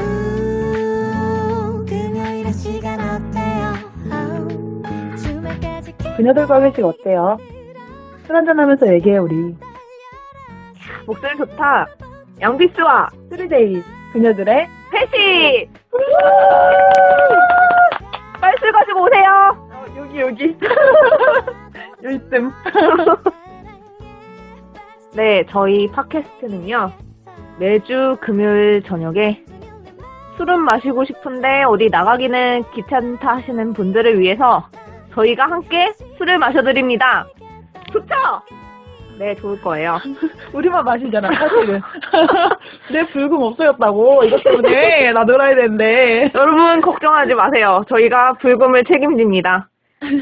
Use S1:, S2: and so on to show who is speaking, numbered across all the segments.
S1: 우, 금요일에 시간 어때요 아우, 주말까지
S2: 그녀들 과회식 어때요? 술 한잔하면서 얘기해 우리
S3: 목소리 좋다. 양비스와
S2: 쓰리데이 그녀들의
S3: 회식! 빨리 술 가지고 오세요. 여기 여기. 요즘. 네, 저희 팟캐스트는요. 매주 금요일 저녁에 술은 마시고 싶은데 어디 나가기는 귀찮다 하시는 분들을 위해서 저희가 함께 술을 마셔드립니다. 좋죠? 네, 좋을 거예요.
S2: 우리만 마시잖아 사실은 내 불금 없어졌다고 이것 때문에 나 놀아야 되는데
S3: 여러분 걱정하지 마세요. 저희가 불금을 책임집니다.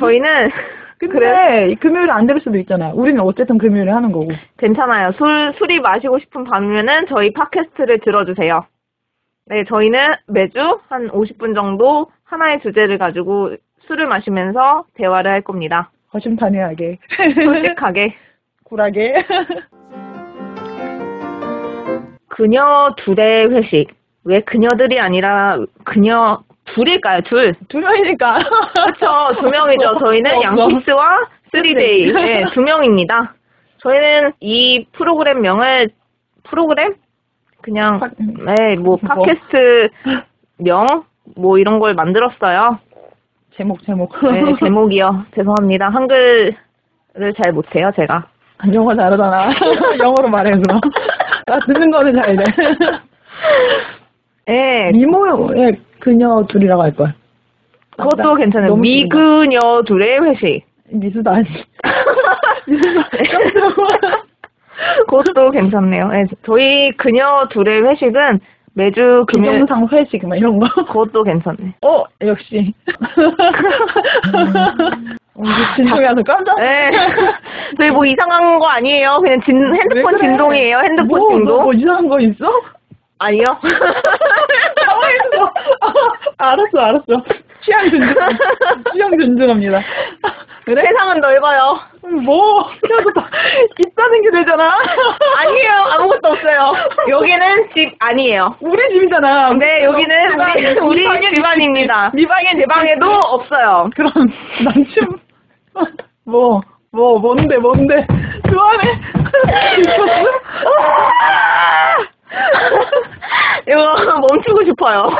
S3: 저희는
S2: 근데
S3: 그래.
S2: 이 금요일 안 될 수도 있잖아 우리는 어쨌든 금요일에 하는 거고
S3: 괜찮아요. 술 술이 마시고 싶은 밤이면은 저희 팟캐스트를 들어주세요. 네, 저희는 매주 한 50분 정도 하나의 주제를 가지고 술을 마시면서 대화를 할 겁니다.
S2: 거심탄회하게
S3: 솔직하게
S2: 굴하게
S3: 그녀 둘의 회식. 왜 그녀들이 아니라 그녀 둘일까요? 둘.
S2: 두 명이니까
S3: 그렇죠. 두 명이죠. 저희는
S2: 없어. 뭐?
S3: 양키스와 3데이. 네, 두 명입니다. 저희는 이 프로그램 명을 프로그램 그냥
S2: 팟-
S3: 네, 뭐
S2: 뭐.
S3: 팟캐스트 명 뭐 이런 걸 만들었어요.
S2: 제목 제목
S3: 네, 제목이요. 죄송합니다. 한글을 잘 못해요, 제가.
S2: 영어 잘하잖아 영어로 말해서 나 듣는 거는 잘돼
S3: 네,
S2: 미모의 그녀 둘이라고 할걸
S3: 그것도 괜찮아요.
S2: 너무
S3: 미그녀 둘의 회식.
S2: 미수도 아니
S3: 네. 그것도 괜찮네요. 네, 저희 그녀 둘의 회식은 매주 금요일
S2: 비정상 회식 막 이런 거.
S3: 그것도 괜찮네.
S2: 어 역시. 어, 진동이라서 깜짝.
S3: 네. 저희 뭐 이상한 거 아니에요. 그냥 진, 핸드폰
S2: 왜 그래?
S3: 진동이에요. 핸드폰
S2: 뭐,
S3: 진동.
S2: 너뭐 이상한 거 있어?
S3: 아니요.
S2: 당황했어. 알았어 알았어. 취향 존중. 취향 존중합니다. 그래?
S3: 세상은 넓어요.
S2: 뭐? 그래서 다 있다는 게 되잖아.
S3: 아니에요. 아무것도 없어요. 여기는 집 아니에요.
S2: 우리 집이잖아.
S3: 네, 여기는
S2: 어,
S3: 우리, 우리
S2: 방에
S3: 집안입니다.
S2: 네 방에
S3: 제 방에도 없어요.
S2: 그럼 남친 뭐. 뭐 뭔데 뭔데 그 좋아해
S3: 이거 멈추고 싶어요.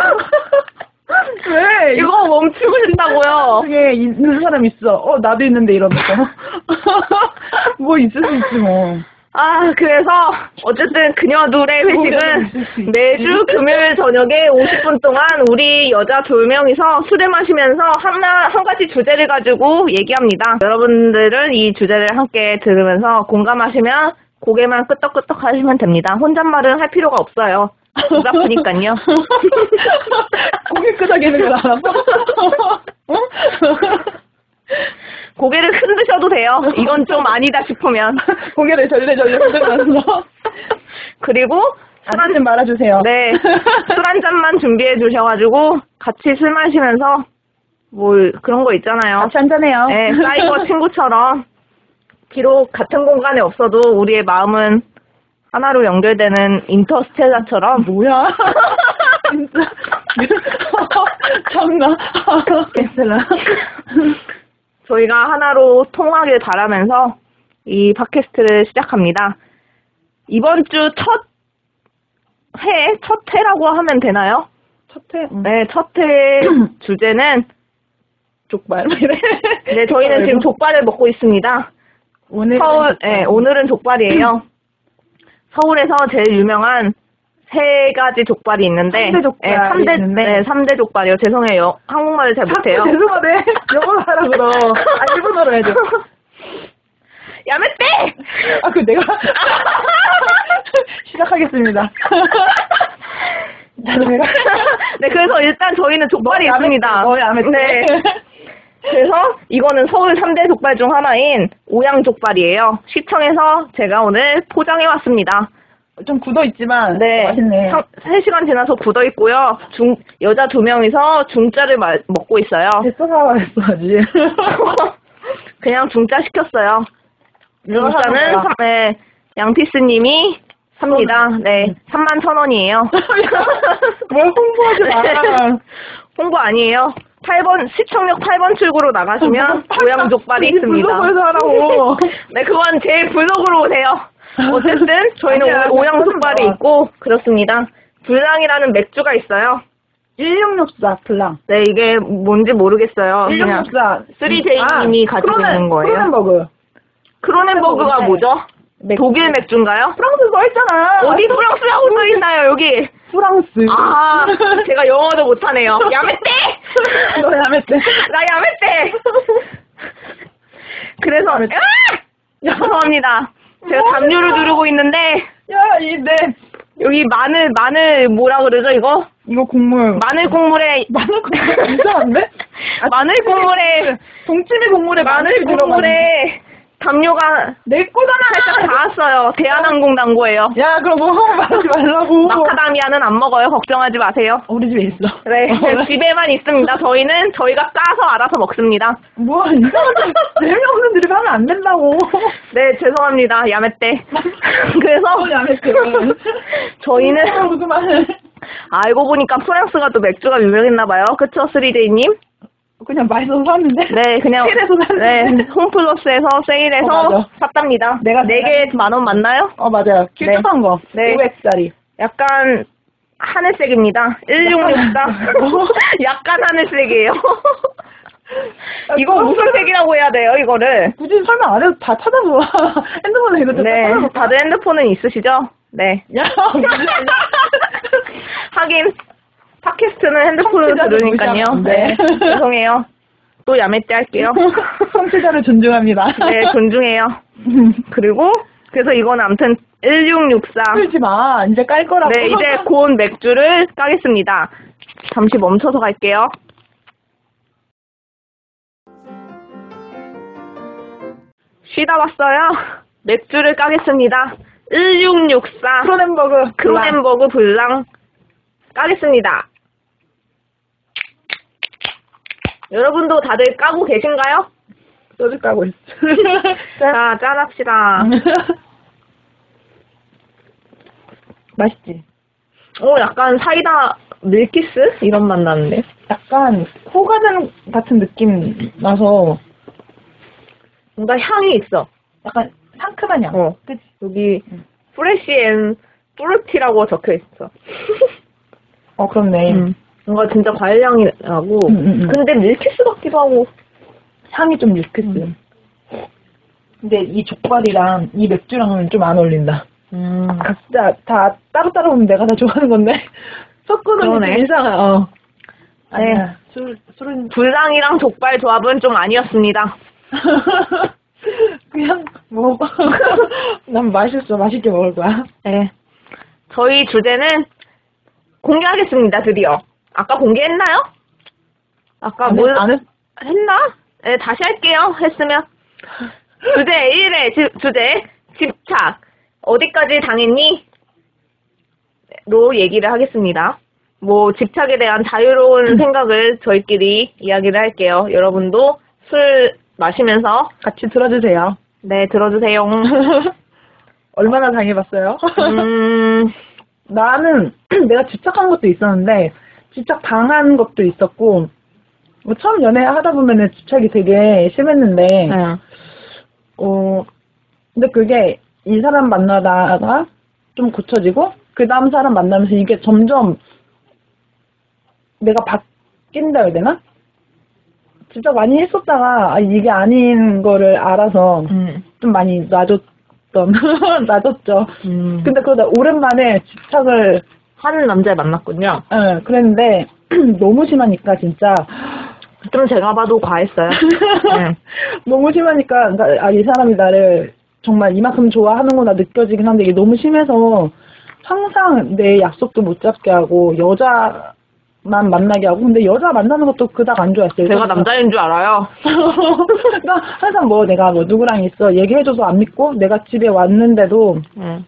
S2: 왜
S3: 이거 멈추고 싶다고요.
S2: 중에 있는 사람 있어. 어, 나도 있는데 이러면서. 뭐 있을 수 있지 뭐.
S3: 아, 그래서 어쨌든 그녀들의 회식은 매주 금요일 저녁에 50분 동안 우리 여자 두 명이서 술을 마시면서 하나 한 가지 주제를 가지고 얘기합니다. 여러분들은 이 주제를 함께 들으면서 공감하시면 고개만 끄떡끄떡 하시면 됩니다. 혼잣말은 할 필요가 없어요. 눈 아프니까요.
S2: 고개 끄덕이는 어? 걸 알아서.
S3: 고개를 흔드셔도 돼요. 이건 좀 아니다 싶으면.
S2: 고개를 절레절레 흔들면서.
S3: 그리고 술
S2: 술한잔 말아주세요.
S3: 네. 술 한 잔만 준비해 주셔가지고 같이 술 마시면서 뭘 그런 거 있잖아요.
S2: 같이 한잔해요.
S3: 네, 사이버 친구처럼 비록 같은 공간에 없어도 우리의 마음은 하나로 연결되는 인터스텔라처럼
S2: 뭐야? 진짜. 참나.
S3: 네,
S2: 괜찮아.
S3: 저희가 하나로 통하길 바라면서 이 팟캐스트를 시작합니다. 이번 주 첫 회, 첫 회라고 하면 되나요?
S2: 첫 회. 음,
S3: 네, 첫회 주제는
S2: 족발. 막 이래.
S3: 네, 저희는 지금 족발을 먹고 있습니다.
S2: 오늘.
S3: 서울, 예, 오늘은 족발이에요. 서울에서 제일 유명한 세 가지 족발이 있는데,
S2: 삼대 족발이
S3: 예, 삼대-
S2: 있는데.
S3: 네, 삼대 족발이요. 죄송해요. 여- 한국말을 잘 못해요.
S2: 아, 죄송하네. 영어로 하라 그럼. 아, 일본어로 해야 돼.
S3: 야매떼!
S2: 아, 그 내가 시작하겠습니다. 죄송해요. 아,
S3: 네, 그래서 일단 저희는 족발이
S2: 너의
S3: 있습니다.
S2: 너의 암에
S3: 네. 그래서 이거는 서울 3대 족발 중 하나인 오양족발이에요. 시청에서 제가 오늘 포장해 왔습니다.
S2: 좀 굳어 있지만
S3: 네.
S2: 맛있네. 아,
S3: 3시간 지나서 굳어 있고요. 중, 여자 두 명이서 중짜를 마- 먹고 있어요.
S2: 됐어 사와했어야지.
S3: 그냥 중짜 시켰어요. 중짜는 삼- 네, 양피스님이 삽니다.
S2: 음.
S3: 네, 3만 천 원이에요.
S2: 뭘 홍보하지
S3: 네.
S2: 마.
S3: 홍보 아니에요. 8번 시청역 8번 출구로 나가시면 고향 족발이
S2: 이제
S3: 있습니다.
S2: 블로그에서 하라고.
S3: 네, 그건 제 블로그로 오세요. 어쨌든 저희는
S2: 아니야, 어.
S3: 오늘 오양 족발이
S2: 나와.
S3: 있고 그렇습니다. 불랑이라는 맥주가 있어요.
S2: 1664 블랑.
S3: 네, 이게 뭔지 모르겠어요. 아, 그냥
S2: 1664.
S3: 쓰리제이님이 가지고 있는 거예요.
S2: 아, 크로넨버그.
S3: 크로넨버그가
S2: 네.
S3: 뭐죠?
S2: 맥주.
S3: 독일 맥주인가요?
S2: 프랑스 써 있잖아.
S3: 어디 프랑스라고 써 있나요, 여기?
S2: 프랑스.
S3: 아, 제가 영어도 못하네요. 야메떼!
S2: 너 야매떼.
S3: 나 야매떼! 그래서,
S2: 야매떼.
S3: 아! 죄송합니다. 제가 담요를 누르고 있는데,
S2: 야, 이 내.
S3: 여기 마늘, 마늘 뭐라 그러죠, 이거?
S2: 이거 국물.
S3: 마늘 국물에,
S2: 마늘 국물 이상한데? 아,
S3: 마늘 국물에,
S2: 동치미 국물에 네,
S3: 마늘 국물에 담요가
S2: 내
S3: 살짝
S2: 거잖아.
S3: 닿았어요. 대한항공 당고예요.
S2: 야, 그럼 뭐 하고 말하지 말라고.
S3: 마카다미아는 안 먹어요. 걱정하지 마세요.
S2: 우리 집에 있어.
S3: 네,
S2: 어,
S3: 집에만 있습니다. 저희는 저희가 싸서 알아서 먹습니다.
S2: 뭐 이상한 재미없는 드립 하면 안 된다고.
S3: 네, 죄송합니다. 야매떼. 그래서
S2: 어, 야매떼.
S3: 저희는
S2: 그만
S3: 알고 보니까 프랑스가 또 맥주가 유명했나 봐요. 그쵸, 스리데이님?
S2: 그냥 맛있어서 샀는데.
S3: 네, 그냥
S2: 세일해서 샀는데.
S3: 네, 홈플러스에서
S2: 어,
S3: 세일해서
S2: 맞아.
S3: 샀답니다.
S2: 내가
S3: 네 개 만 원 맞나요?
S2: 어 맞아요.
S3: 네.
S2: 길쭉한 거.
S3: 네.
S2: 500짜리.
S3: 약간 하늘색입니다. 1664. 약간 하늘색이에요. 이거 무슨 색이라고 해야 돼요, 이거를?
S2: 굳이 설명 안 해도 다 찾아봐. 핸드폰에 이거 좀
S3: 네,
S2: 찾아봐.
S3: 다들 핸드폰은 있으시죠? 네.
S2: 야,
S3: 하긴 팟캐스트는 핸드폰으로
S2: 청취자를
S3: 들으니까요.
S2: 무시하면 안
S3: 네.
S2: 돼.
S3: 죄송해요. 또 야매떼 할게요.
S2: 성취자를 존중합니다.
S3: 아, 네, 존중해요. 그리고 그래서 이건 아무튼 1664.
S2: 풀지 마. 이제 깔 거라고.
S3: 네, 이제 곧 맥주를 까겠습니다. 잠시 멈춰서 갈게요. 쉬다 왔어요. 맥주를 까겠습니다. 1664.
S2: 크로넨버그.
S3: 크로넨버그 블랑 까겠습니다. 여러분도 다들 까고 계신가요?
S2: 소주 까고 있어.
S3: 자, 짠합시다.
S2: 맛있지?
S3: 오, 어, 약간 사이다 밀키스? 이런 맛 나는데.
S2: 약간 호가전 같은 느낌 나서
S3: 뭔가 향이 있어.
S2: 약간 상큼한 향.
S3: 어.
S2: 그치?
S3: 여기 프레시 앤 뿌르티라고 적혀 있어.
S2: 어, 그렇네.
S3: 음. 뭔가 진짜 과일 향이 나고,
S2: 음, 음, 음.
S3: 근데 밀키스 같기도 하고.
S2: 향이 좀 밀크스.
S3: 음.
S2: 근데 이 족발이랑 이 맥주랑은 좀 안 어울린다. 음. 각자 다 따로따로 보면 내가 다 좋아하는 건데 섞어놓으면
S3: 그러네.
S2: 좀 이상해. 어.
S3: 네.
S2: 아니야. 술 술은
S3: 불랑이랑 족발 조합은 좀 아니었습니다.
S2: 그냥 뭐, 뭐난 맛있어 맛있게 먹을 거야.
S3: 네. 저희 주제는 공개하겠습니다, 드디어. 아까 공개했나요? 아까 뭐
S2: 안
S3: 뭘,
S2: 했- 안 했-
S3: 했나? 네, 다시 할게요. 했으면. 주제 1회, 주제, 집착. 어디까지 당했니? 로 얘기를 하겠습니다. 뭐, 집착에 대한 자유로운 생각을 저희끼리 이야기를 할게요. 여러분도 술 마시면서,
S2: 같이 들어주세요.
S3: 네, 들어주세요.
S2: 얼마나 당해봤어요?
S3: 음,
S2: 나는 내가 집착한 것도 있었는데 집착 당한 것도 있었고 뭐 처음 연애하다 보면은 집착이 되게 심했는데
S3: 네.
S2: 어 근데 그게 이 사람 만나다가 좀 고쳐지고 그 다음 사람 만나면서 이게 점점 내가 바뀐다 해야 되나? 진짜 많이 했었다가 아, 이게 아닌 거를 알아서 좀 많이 놔줬던 놔줬죠.
S3: 음.
S2: 근데 그러다 오랜만에 집착을
S3: 하는 남자를 만났군요.
S2: 어, 그랬는데 너무 심하니까 진짜
S3: 좀 제가 봐도 과했어요. 네.
S2: 너무 심하니까 그러니까, 나- 아, 이 사람이 나를 정말 이만큼 좋아하는구나 느껴지긴 한데 이게 너무 심해서 항상 내 약속도 못 잡게 하고 여자만 만나게 하고 근데 여자 만나는 것도 그닥 안 좋았어요.
S3: 제가 남자인 줄 알아요.
S2: 그러니까 항상 뭐 내가 뭐 누구랑 있어 얘기해줘도 안 믿고 내가 집에 왔는데도
S3: 응.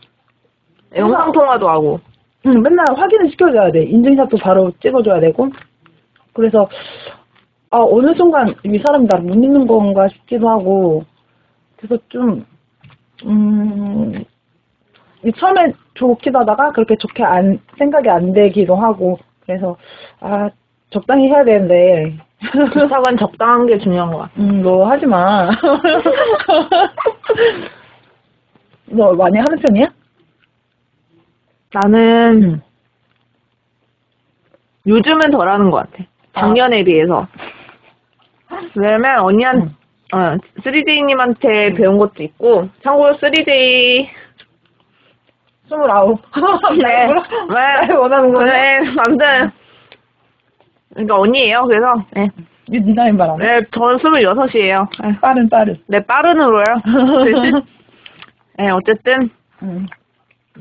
S3: 네, 영상 통화도 하고.
S2: 응, 맨날 확인을 시켜줘야 돼. 인증샷도 바로 찍어줘야 되고. 그래서, 아, 어느 순간 이 사람이 나를 못 믿는 건가 싶기도 하고. 그래서 좀, 음, 이 처음에 좋기도 하다가 그렇게 좋게 안, 생각이 안 되기도 하고. 그래서, 아, 적당히 해야 되는데,
S3: 사관 적당한 게 중요한 것 같아.
S2: 음, 너 하지 마. 너 많이 하는 편이야?
S3: 나는 요즘은 덜 하는 것 같아. 작년에 비해서. 왜냐면 언니한,
S2: 응.
S3: 어, 3J님한테 배운 것도 있고, 참고로 3J,
S2: 29.
S3: 네.
S2: 나이
S3: 네.
S2: 나이 원하는 거네.
S3: 네, 아무튼, 그러니까 언니예요. 그래서, 네,
S2: 이네 나이 말안 해.
S3: 네 저는 26이에요. 네,
S2: 빠른 빠른.
S3: 네 빠른으로요. 네, 어쨌든,
S2: 응.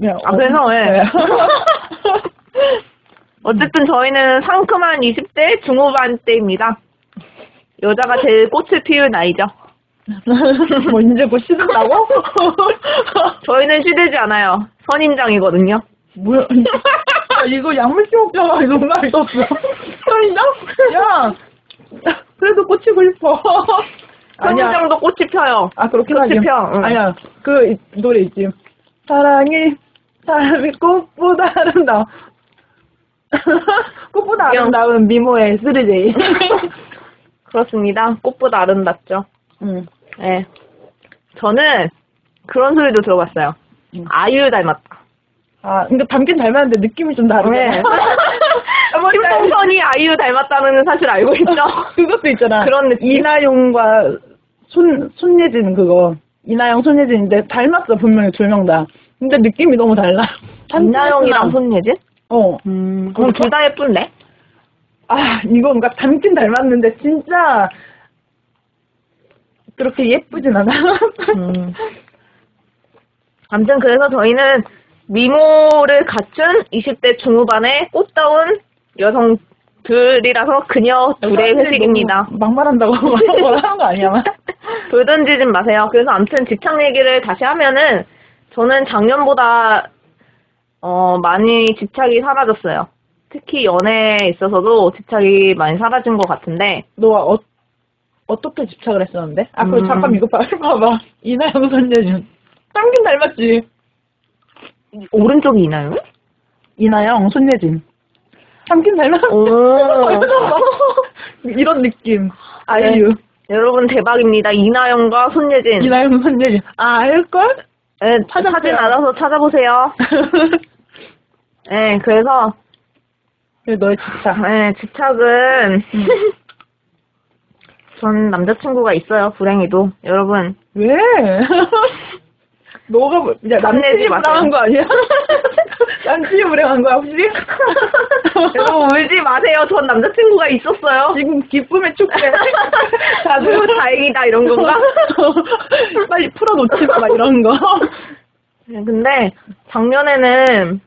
S2: 야,
S3: 아,
S2: 어,
S3: 그래서 왜?
S2: 네.
S3: 어쨌든 저희는 상큼한 20대 중후반 때입니다. 여자가 제일 꽃을 피울 나이죠.
S2: 뭐 이제 곧 씻는다고?
S3: 저희는 시들지 않아요. 선인장이거든요.
S2: 뭐야? 야, 이거 약물 키웠잖아. 이거 말이 없어. 떨린다? 야, 그래도 꽂히고 싶어. 아니야.
S3: 선인장도 꽃이 펴요.
S2: 아 그렇긴
S3: 꽃이
S2: 하지.
S3: 펴, 응.
S2: 아니야. 그 이- 노래 있지. 사랑이 사랑이 꽃보다 아름다워. 꽃보다
S3: 미안.
S2: 아름다운 미모의 스르제이.
S3: 그렇습니다. 꽃보다 아름답죠.
S2: 응.
S3: 네. 저는 그런 소리도 들어봤어요.
S2: 음.
S3: 아유 닮았다.
S2: 아, 근데 닮긴 닮았는데 느낌이 좀
S3: 네.
S2: 다르네. 머리 닮-
S3: 김동선이 아유 닮았다는 사실 알고 있죠?
S2: 그것도 있잖아.
S3: 그런 느낌.
S2: 이나용과 손, 손예진 그거. 이나영, 손예진인데 닮았어, 분명히 둘 명 다. 근데 느낌이 너무 달라.
S3: 이나영이랑
S2: 닮았구나.
S3: 손예진?
S2: 어.
S3: 음, 그럼 둘 다 예쁜데?
S2: 아, 이거 뭔가 닮긴 닮았는데 진짜 그렇게 예쁘진 않아.
S3: 음. 아무튼 그래서 저희는 미모를 갖춘 20대 중후반의 꽃다운 여성들이라서 그녀 둘의 회식입니다.
S2: 너무 막말한다고 뭐라고 하는 거 아니야?
S3: 돌 던지지 마세요. 그래서 아무튼 직장 얘기를 다시 하면은 저는 작년보다 어, 많이 집착이 사라졌어요. 특히 연애에 있어서도 집착이 많이 사라진 것 같은데
S2: 너 어, 어떻게 집착을 했었는데? 아, 그럼
S3: 음.
S2: 잠깐 이거 봐- 봐봐. 이나영, 손예진. 닮긴 닮았지.
S3: 오른쪽이 이나요?
S2: 이나영, 손예진. 닮긴 닮았 이런 느낌. 아이유.
S3: 여러분 대박입니다. 이나영과 손예진.
S2: 이나영, 손예진. 아, 알걸?
S3: 네,
S2: 찾아보세요.
S3: 사진 알아서 찾아보세요. 네, 그래서
S2: 그래, 너의 집착.
S3: 네, 집착은 전 남자친구가 있어요. 불행히도 여러분
S2: 왜? 너가, 뭐- 야,
S3: 탐내지
S2: 남친이
S3: 마세요.
S2: 불안한 거 아니야? 남친이 불안한 거야, 혹시?
S3: 여러분 울지 마세요. 전 남자친구가 있었어요.
S2: 지금 기쁨의 축제.
S3: 아주 다행이다 이런 건가?
S2: 빨리 풀어놓지 마, 막 이런 거.
S3: 네, 근데 작년에는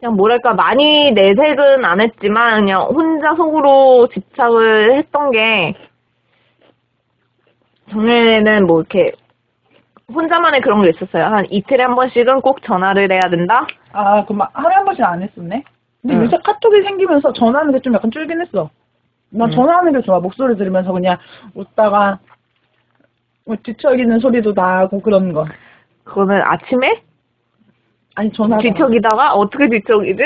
S3: 그냥 뭐랄까 많이 내색은 안 했지만 그냥 혼자 속으로 집착을 했던 게 작년에는 뭐 이렇게 혼자만의 그런 게 있었어요. 한 이틀에 한 번씩은 꼭 전화를 해야 된다.
S2: 아, 그럼 막 하루에 한 번씩 안 했었네? 근데
S3: 응.
S2: 요새 카톡이 생기면서 전화하는 게 좀 약간 줄긴 했어. 난
S3: 응.
S2: 전화하는 게 좋아. 목소리 들으면서 그냥 웃다가 뭐 뒤척이는 소리도 나고 그런 거.
S3: 그거는 아침에
S2: 아니, 전화.
S3: 뒤척이다가 어떻게 뒤척이지?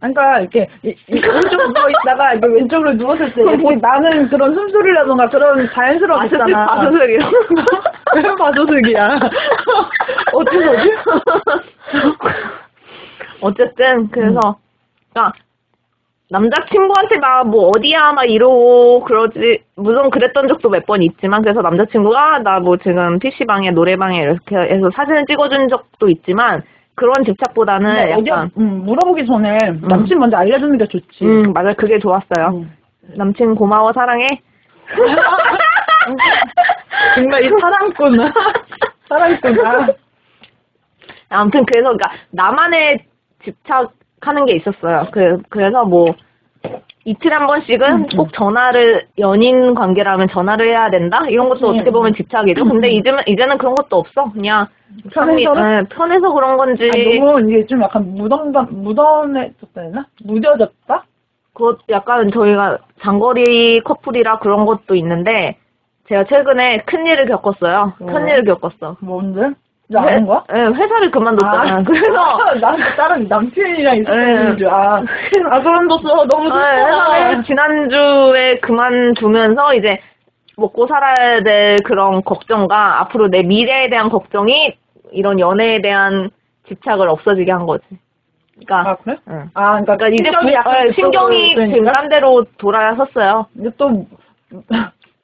S2: 아니, 그러니까 이렇게 이- 이 오른쪽으로 누워 있다가 이렇게 왼쪽으로 누웠을 때 이렇게
S3: 뭐-
S2: 나는 그런 숨소리라던가 그런 자연스러운 게 있잖아.
S3: 바스슬이요. 아.
S2: 왜 바소득이야? 어떡하지?
S3: 어쨌든
S2: 음.
S3: 그래서 그러니까 남자친구한테 나 뭐 어디야 막 이러고 그러지 물론 그랬던 적도 몇 번 있지만 그래서 남자친구가 나 뭐 지금 PC방에 노래방에 이렇게 해서 사진을 찍어준 적도 있지만 그런 집착보다는
S2: 근데
S3: 약간
S2: 어디- 음, 물어보기 전에 남친 먼저 알려주는 게 좋지.
S3: 음 맞아 그게 좋았어요
S2: 음.
S3: 남친 고마워 사랑해
S2: 정말 이 사랑꾼. 사랑꾼. 아,
S3: 아무튼 그래서 그러니까 나만의 집착하는 게 있었어요. 그 그래서 뭐 이틀에 한
S2: 음,
S3: 번씩은 꼭 전화를 연인 관계라면 전화를 해야 된다 이런 것도
S2: 네.
S3: 어떻게 보면 집착이죠. 근데 이제는 이제는 그런 것도 없어. 그냥
S2: 음. 편해서는?
S3: 네, 편해서 그런 건지
S2: 아, 너무 이게 좀 약간 무덤덤 무덤해졌다 했나? 무뎌졌다?
S3: 그것 약간 저희가 장거리 커플이라 그런 것도 있는데 제가 최근에 큰 일을 겪었어요. 큰
S2: 음.
S3: 일을 겪었어.
S2: 뭔데? 이제 아는 거야?
S3: 네, 회사를 그만뒀잖아.
S2: 아.
S3: 그래서
S2: 나는 그 다른 남편이랑
S3: 네.
S2: 있었는 줄 아. 아 그런 뒀어 너무
S3: 네,
S2: 좋다.
S3: 회사를 지난주에 그만두면서 이제 먹고 살아야 될 그런 걱정과 앞으로 내 미래에 대한 걱정이 이런 연애에 대한 집착을 없어지게 한 거지. 그러니까,
S2: 아 그래?
S3: 응.
S2: 아 그러니까,
S3: 그러니까 이제
S2: 신경이
S3: 부- 네,
S2: 있어
S3: 신경이 지금
S2: 보이니까.
S3: 딴 데로 돌아섰어요.
S2: 이제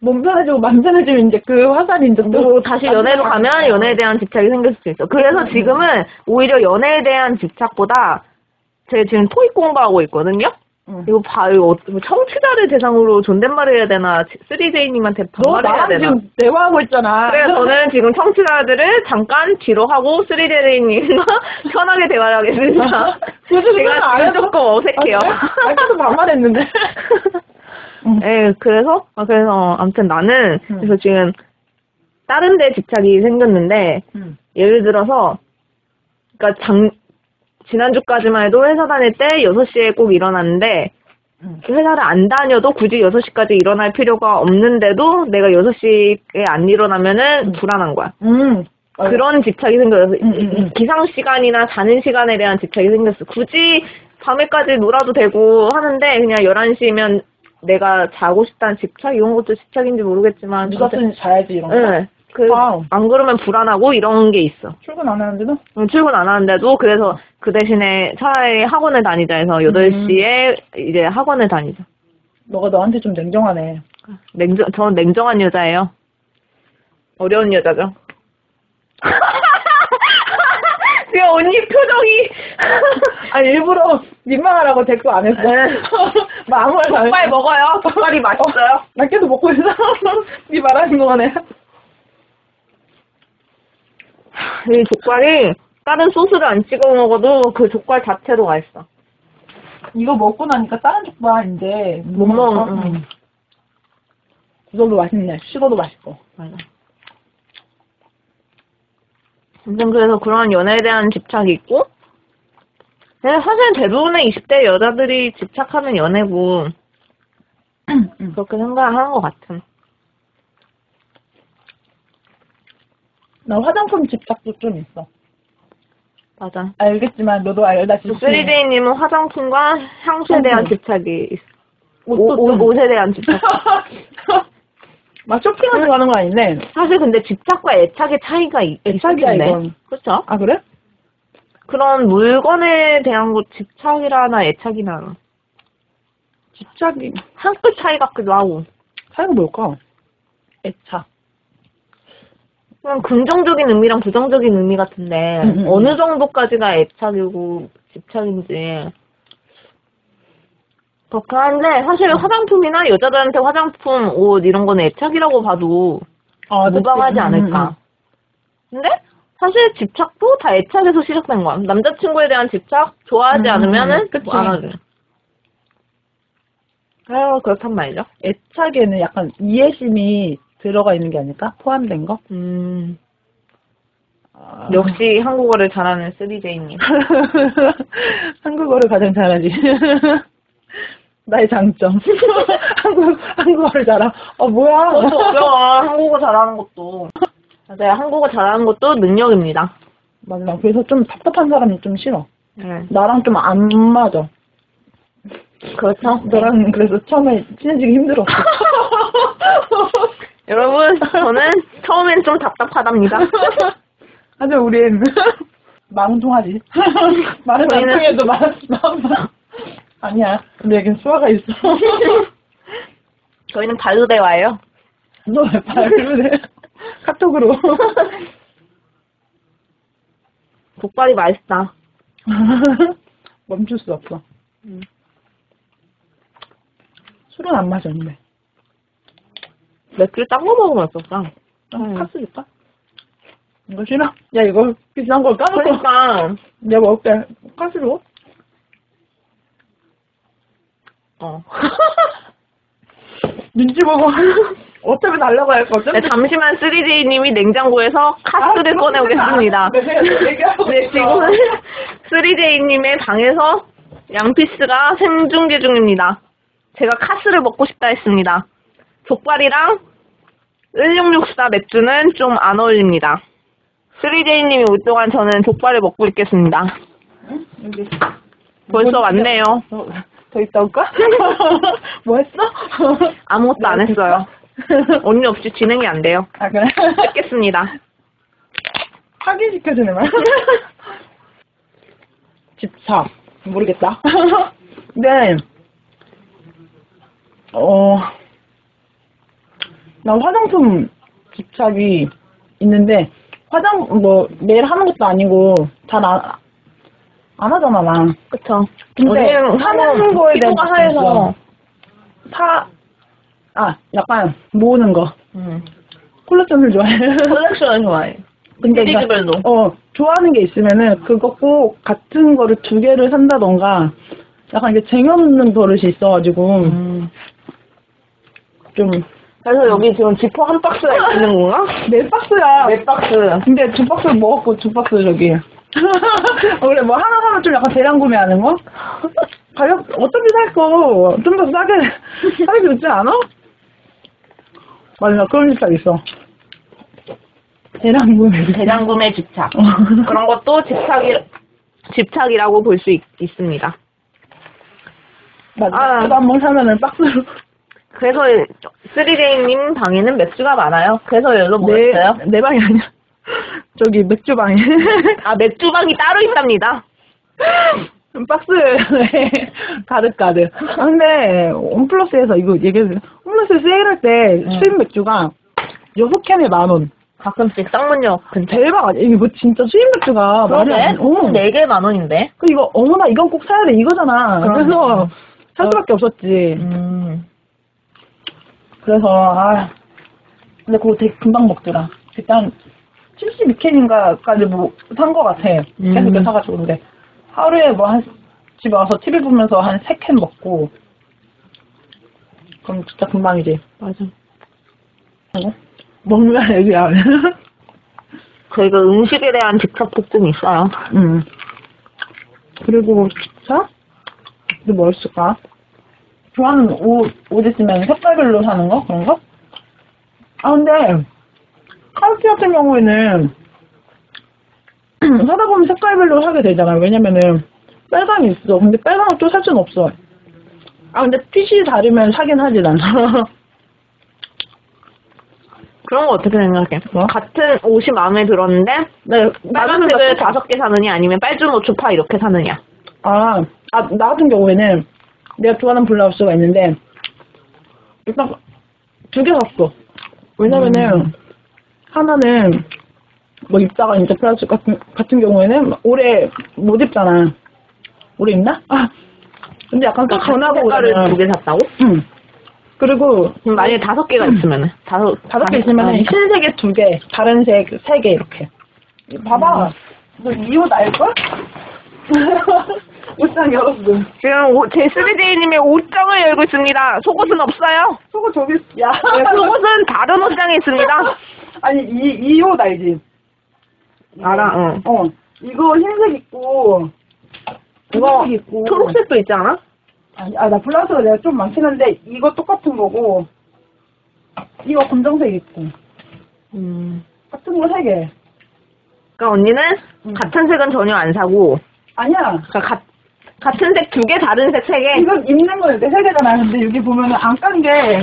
S2: 또몸 편해지고 맘 편해지면 이제 그 화살이 이제
S3: 또
S2: 또
S3: 뭐 다시 연애로 가면 연애에 대한 집착이 생길 수 있어. 그래서 지금은 오히려 연애에 대한 집착보다 제가 지금 토익 공부하고 있거든요.
S2: 응.
S3: 이거 봐, 이거 어떻게 청취자를 대상으로 존댓말을 해야 되나, 3J님한테
S2: 너
S3: 반말을 해야
S2: 나랑
S3: 되나.
S2: 지금 대화하고 있잖아.
S3: 그래서 저는 지금 청취자들을 잠깐 뒤로 하고 3J님과 편하게 대화를 하겠습니다.
S2: 요즘 그건
S3: 제가
S2: 안
S3: 지금
S2: 해도
S3: 조금 어색해요.
S2: 아까도 반말했는데.
S3: 예, 그래서, 아, 그래서, 아무튼 나는,
S2: 음.
S3: 그래서 지금, 다른 데 집착이 생겼는데,
S2: 음.
S3: 예를 들어서, 그니까 장, 지난주까지만 해도 회사 다닐 때 6시에 꼭 일어났는데, 그
S2: 음.
S3: 회사를 안 다녀도 굳이 6시까지 일어날 필요가 없는데도 내가 6시에 안 일어나면은 불안한 거야.
S2: 음. 맞아.
S3: 그런 집착이 생겨서
S2: 음, 음, 음.
S3: 기상 시간이나 자는 시간에 대한 집착이 생겼어. 굳이 밤에까지 놀아도 되고 하는데 그냥 11시면 내가 자고 싶다는 집착 이런 것도 집착인지 모르겠지만
S2: 누가
S3: 진짜-
S2: 쓰는지 자야지 이런 거.
S3: 예. 그,
S2: 와우.
S3: 안 그러면 불안하고 이런 게 있어.
S2: 출근 안 하는데도?
S3: 음, 출근 안 하는데도 그래서 그 대신에 차라리 학원을 다니자 해서 8시에 이제 학원을 다니자.
S2: 너가 너한테 좀 냉정하네.
S3: 냉정, 저는 냉정한 여자예요. 어려운 여자죠. 지금 언니 표정이
S2: 아 일부러 민망하라고 댓글 안 했어. 막 아무 말도 안 했어.
S3: 네. 족발 먹어요. 족발이 맛있어요.
S2: 나 계속 먹고 있어. 네 말하는 거네.
S3: 이 족발이 다른 소스를 안 찍어 먹어도 그 족발 자체로 맛있어.
S2: 이거 먹고 나니까 다른 족발 이제
S3: 못 먹어. 응.
S2: 구석도 맛있네. 식어도 맛있고.
S3: 맞아. 아무튼 그래서 그런 연애에 대한 집착이 있고 근데 사실 대부분의 20대 여자들이 집착하는 연애고 그렇게 생각하는 것 같은.
S2: 나 화장품 집착도 좀 있어.
S3: 맞아.
S2: 알겠지만 너도 알다시피
S3: 3J님은 화장품과 향수에 대한 집착이 있어. 옷,
S2: 어, 네. 옷도 좀.
S3: 옷, 에 대한 집착.
S2: 막 쇼핑을 좋아하는 거 아니네.
S3: 사실 근데 집착과 애착의 차이가 이-
S2: 애착이야,
S3: 있겠네.
S2: 이건.
S3: 그렇죠?
S2: 아 그래?
S3: 그런 물건에 대한 거 집착이라나 애착이나
S2: 집착이
S3: 한 끗 차이 같기도 하고.
S2: 사용 뭘까? 애착.
S3: 그냥 긍정적인 의미랑 부정적인 의미 같은데
S2: 음, 음, 음.
S3: 어느 정도까지가 애착이고 집착인지 그렇긴 한데
S2: 음.
S3: 사실 화장품이나 여자들한테 화장품 옷 이런 거는 애착이라고 봐도
S2: 아,
S3: 무방하지 않을까. 근데 사실 집착도 다 애착에서 시작된 거야. 남자친구에 대한 집착 좋아하지
S2: 음,
S3: 않으면은
S2: 그치.
S3: 뭐안 하지. 아 그렇단 말이죠.
S2: 애착에는 약간 이해심이 들어가 있는 게 아닐까? 포함된 거?
S3: 음
S2: 아.
S3: 역시 한국어를 잘하는 3J님.
S2: 한국어를 가장 잘하지. 나의 장점. 한국, 한국어를 잘하. 어, 뭐야.
S3: 그것도 어려워. 한국어 잘하는 것도. 맞아요. 한국어 잘하는 것도 능력입니다.
S2: 맞아. 그래서 좀 답답한 사람이 좀 싫어.
S3: 네.
S2: 나랑 좀 안 맞아.
S3: 그렇죠.
S2: 너랑 그래서 처음에 친해지기 힘들었어.
S3: 여러분, 저는 처음엔 좀 답답하답니다.
S2: 하지만 우린 말은 통하지. 말은 안
S3: 저희는-
S2: 통해도 말, 마음만. 아니야. 우리에겐 수화가 있어.
S3: 저희는 발로 대화예요.
S2: 너왜 발로 해? 카톡으로.
S3: 족발이 맛있다.
S2: 멈출 수 없어.
S3: 음.
S2: 술은 안 마셨는데.
S3: 맥주 딴거 먹으면 어떨까?
S2: 아,
S3: 음.
S2: 카스 줄까? 이거 싫어? 야, 이거 비싼 걸 까먹고.
S3: 그러니까
S2: 내가 먹을게. 까시로?
S3: 어.
S2: 눈치 보고. 어차피 달라고 할 거죠? 아,
S3: 네, 잠시만 3D님이 냉장고에서 카스를 꺼내오겠습니다.
S2: 네, 얘기하고
S3: 네,
S2: 있어.
S3: 지금 3D님의 방에서 양피스가 생중계 중입니다. 제가 카스를 먹고 싶다 했습니다. 족발이랑 1664 맥주는 좀 안 어울립니다. 3D님이 올 동안 저는 족발을 먹고 있겠습니다.
S2: 여기.
S3: 벌써 왔네요.
S2: 더, 더 있다 올까? 뭐 했어?
S3: 아무것도 안 했어요. 언니 없이 진행이 안 돼요.
S2: 아, 그래?
S3: 뺏겠습니다.
S2: 확인시켜주네, 말. 집사. 모르겠다. 네. 어, 나 화장품 집착이 있는데, 화장, 뭐, 매일 하는 것도 아니고, 잘 안, 안 하잖아, 나.
S3: 그쵸.
S2: 근데
S3: 언니는
S2: 하는 거에 대한
S3: 피부가 하얘서.
S2: 파, 아, 약간, 모으는 거.
S3: 음.
S2: 콜라겐을 좋아해.
S3: 컬렉션을 좋아해.
S2: 근데
S3: 시리즈별로.
S2: 그러니까, 어 좋아하는 게 있으면은 그거 꼭 같은 거를 두 개를 산다던가 약간 이게 쟁여놓는 버릇이 있어가지고
S3: 음.
S2: 좀네
S3: 그래서 여기 지금 지퍼 한 박스가 있는 건가?
S2: 네 박스야
S3: 박스.
S2: 근데 두 박스 먹었고 두 박스 저기 원래 뭐 하나 사면 좀 약간 대량 구매하는 거 가격 어차피 살거 좀 더 싸게 사는 게 좋지 않아? 맞아 나 그런 집착 있어 대량 구매
S3: 대장 구매 집착.
S2: 어.
S3: 그런 것도 집착이 집착이라고 볼 수 있습니다.
S2: 맞아
S3: 아.
S2: 그거 한번 사면은 박스로
S3: 그래서 3D님 방에는 맥주가 많아요. 그래서 뭐 열로
S2: 내,
S3: 먹었어요.
S2: 네, 내 방이 아니야. 저기 맥주방에.
S3: 아 맥주방이 따로 있답니다.
S2: 박스에 네, 가득 가득. 아, 근데 홈플러스에서 이거 얘기해주세요. 홈플러스 세일할 때
S3: 네.
S2: 수입 맥주가 여섯 캔에 만 원.
S3: 가끔씩 쌍문역 근처.
S2: 대박 아니야? 이거 뭐 진짜 수입 맥주가 말이
S3: 그러네.
S2: 안 돼. 어.
S3: 네개 만 원인데.
S2: 그 이거 어머나 이건 꼭 사야 돼 이거잖아. 그래
S3: 그러네. 어.
S2: 서살 수밖에 없었지.
S3: 음.
S2: 그래서 아 근데 그거 되게 금방 먹더라. 일단 72캔인가까지 뭐 산 거 같아. 계속
S3: 음.
S2: 이렇게 사가지고 근데 하루에 뭐 한 집에 와서 TV 보면서 한 세 캔 먹고 그럼 진짜 금방이지.
S3: 맞아.
S2: 먹는 얘기야.
S3: 저희가 음식에 대한 집착 폭증이 있어요.
S2: 음. 그리고 기차? 근데 뭐 있을까? 좋아하는 옷, 옷 있으면 색깔별로 사는 거? 그런 거? 아, 근데, 카우티 같은 경우에는, 사다 보면 색깔별로 사게 되잖아요. 왜냐면은, 빨강이 있어. 근데 빨강을 또 살 순 없어. 아, 근데 핏이 다르면 사긴 하지, 난.
S3: 그런 거 어떻게 생각해?
S2: 뭐?
S3: 같은 옷이 마음에 들었는데
S2: 네,
S3: 빨간색을 다섯 개 사느냐 아니면 빨주노 초파 이렇게 사느냐
S2: 아, 아, 나 같은 경우에는 내가 좋아하는 블라우스가 있는데, 일단 두 개 샀어. 왜냐면은,
S3: 음.
S2: 하나는, 뭐 입다가 이제 블라우스 같은, 같은 경우에는 올해 못 입잖아. 올해 입나? 아, 근데 약간 딱 전화가
S3: 색깔을
S2: 오잖아.
S3: 두 개 샀다고?
S2: 응. 그리고
S3: 그럼 음, 만약에 다섯 개가 있으면은 다섯
S2: 다섯 개 있으면
S3: 다섯
S2: 흰색에 두 개, 다른 색 세 개 이렇게.
S3: 음.
S2: 봐봐. 너이옷 알걸? 옷장 열었어.
S3: 지금 오- 제 3D님의 옷장을 열고 있습니다 속옷은 없어요
S2: 속옷 저기 야
S3: 네, 속옷은 다른 옷장에 있습니다
S2: 아니 이 이 옷 알지?
S3: 알아 응
S2: 어 이거 흰색 있고
S3: 이거
S2: 초록색 있고
S3: 어. 초록색도 있지 않아?
S2: 아나 블라우스가 내가 좀 많긴 한데 이거 똑같은 거고 이거 검정색 있고
S3: 음
S2: 같은 거 세 개.
S3: 그러니까 언니는 같은 색은 전혀 안 사고
S2: 아니야
S3: 그러니까 가- 같은 색 두 개 다른 색 세 개
S2: 이건 입는 거인데 세 개잖아. 근데 여기 보면은 안 깐 게.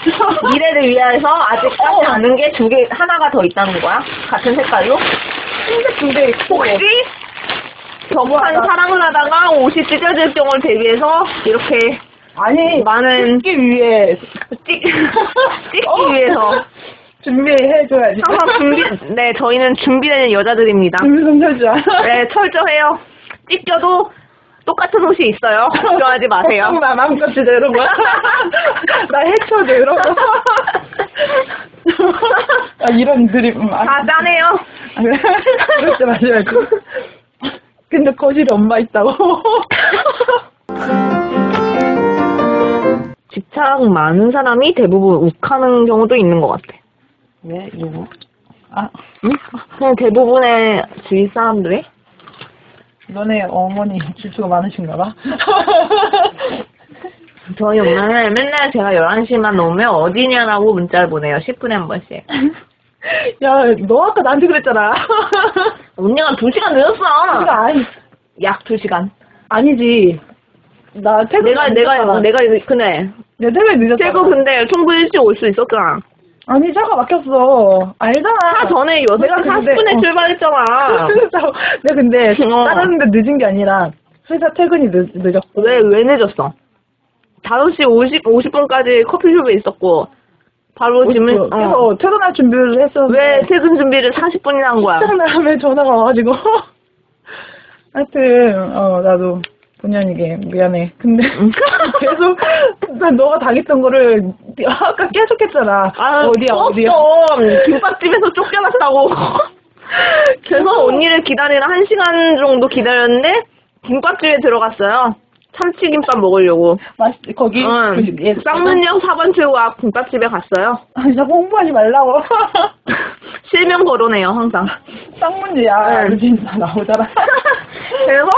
S3: 미래를 위해서 아직
S2: 어.
S3: 까지 않은 게 두 개, 하나가 더 있다는 거야? 같은 색깔로? 네.
S2: 흰색 두 개 있고
S3: 혹시 저번한 사랑을 하다가 옷이 찢어질 경우를 대비해서 이렇게
S2: 아니
S3: 많은
S2: 찍기 위해
S3: 찍, 찍기 위해서
S2: 준비해줘야지.
S3: 항상 준비, 네, 저희는 준비되는 여자들입니다.
S2: 준비 좀 해줘.
S3: 네, 철저해요. 찢겨도 똑같은 옷이 있어요. 걱정하지 마세요.
S2: 나 마음껏 제대로 뭐야? 나 해쳐도 이러고. 아, 이런 드립. 음, 아,
S3: 다 짜네요.
S2: 그러지 마지 말고. 근데 거실에 엄마 있다고.
S3: 집착 많은 사람이 대부분 욱하는 경우도 있는 것 같아.
S2: 왜? 누구? 아,
S3: 응? 그냥 대부분의 주위 사람들이?
S2: 너네 어머니 질투가 많으신가 봐.
S3: 저희 엄마는 맨날 제가 11시만 넘으면 어디냐라고 문자를 보내요. 10분에 한 번씩.
S2: 야, 너 아까 나한테 그랬잖아.
S3: 언니가 2시간
S2: 그거
S3: 늦었어.
S2: 아니,
S3: 약 2시간.
S2: 아니지. 나 퇴근
S3: 내가,
S2: 안
S3: 내가,
S2: 했잖아.
S3: 내가, 근데,
S2: 내 퇴근 늦었어.
S3: 제가 근데 충분히 일찍 올 수 있었잖아.
S2: 아니, 차가 막혔어. 알잖아.
S3: 차 전에 6시간
S2: 그래, 근데-
S3: 40분에
S2: 어.
S3: 출발했잖아.
S2: 내가 근데
S3: 어.
S2: 다른 데 늦은 게 아니라 회사 퇴근이 늦, 늦었고.
S3: 왜, 왜 늦었어? 5시 50, 50분까지 커피숍에 있었고, 바로 짐을, 어.
S2: 그래서 퇴근할 준비를 했었는데.
S3: 왜 퇴근 준비를 40분이나 한 거야?
S2: 다음에 전화가 와가지고. 하여튼, 어, 나도 본의 아니게 미안해. 근데 계속 난 너가 당했던 거를 아까 계속 했잖아.
S3: 아,
S2: 어디야,
S3: 좀,
S2: 어디야.
S3: 좀 김밥집에서 쫓겨났다고. 그래서 언니를 기다리러 한 시간 정도 기다렸는데 김밥집에 들어갔어요. 참치김밥 먹으려고.
S2: 맛있, 거기.
S3: 응.
S2: 그- 예,
S3: 쌍문역 4번 출구 앞 김밥집에 갔어요.
S2: 아니, 자꾸 홍보하지 말라고.
S3: 실명 거론해요 항상.
S2: 쌍문제야.
S3: 응.
S2: 진짜 나오잖아.
S3: 그래서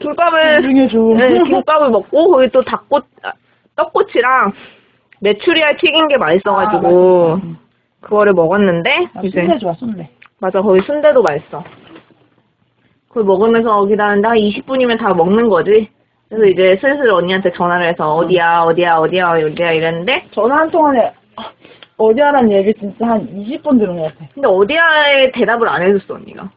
S3: 김밥을
S2: 중요해줘.
S3: 네, 김밥을 먹고 거기 또 닭꼬 아, 떡꼬치랑 메추리알 튀긴 게 맛있어가지고 그거를 먹었는데 이제
S2: 순대 아, 좋아, 순대.
S3: 맞아, 거기 순대도 맛있어. 그걸 먹으면서 기다는데 한 20분이면 다 먹는 거지. 그래서 이제 슬슬 언니한테 전화를 해서 어디야, 어디야, 어디야, 어디야 이랬는데
S2: 전화 한 통안에 아, 어디 하라는 얘기 진짜 한 20번 들은 것 같아.
S3: 근데 어디야에 대답을 안 해줬어 언니가.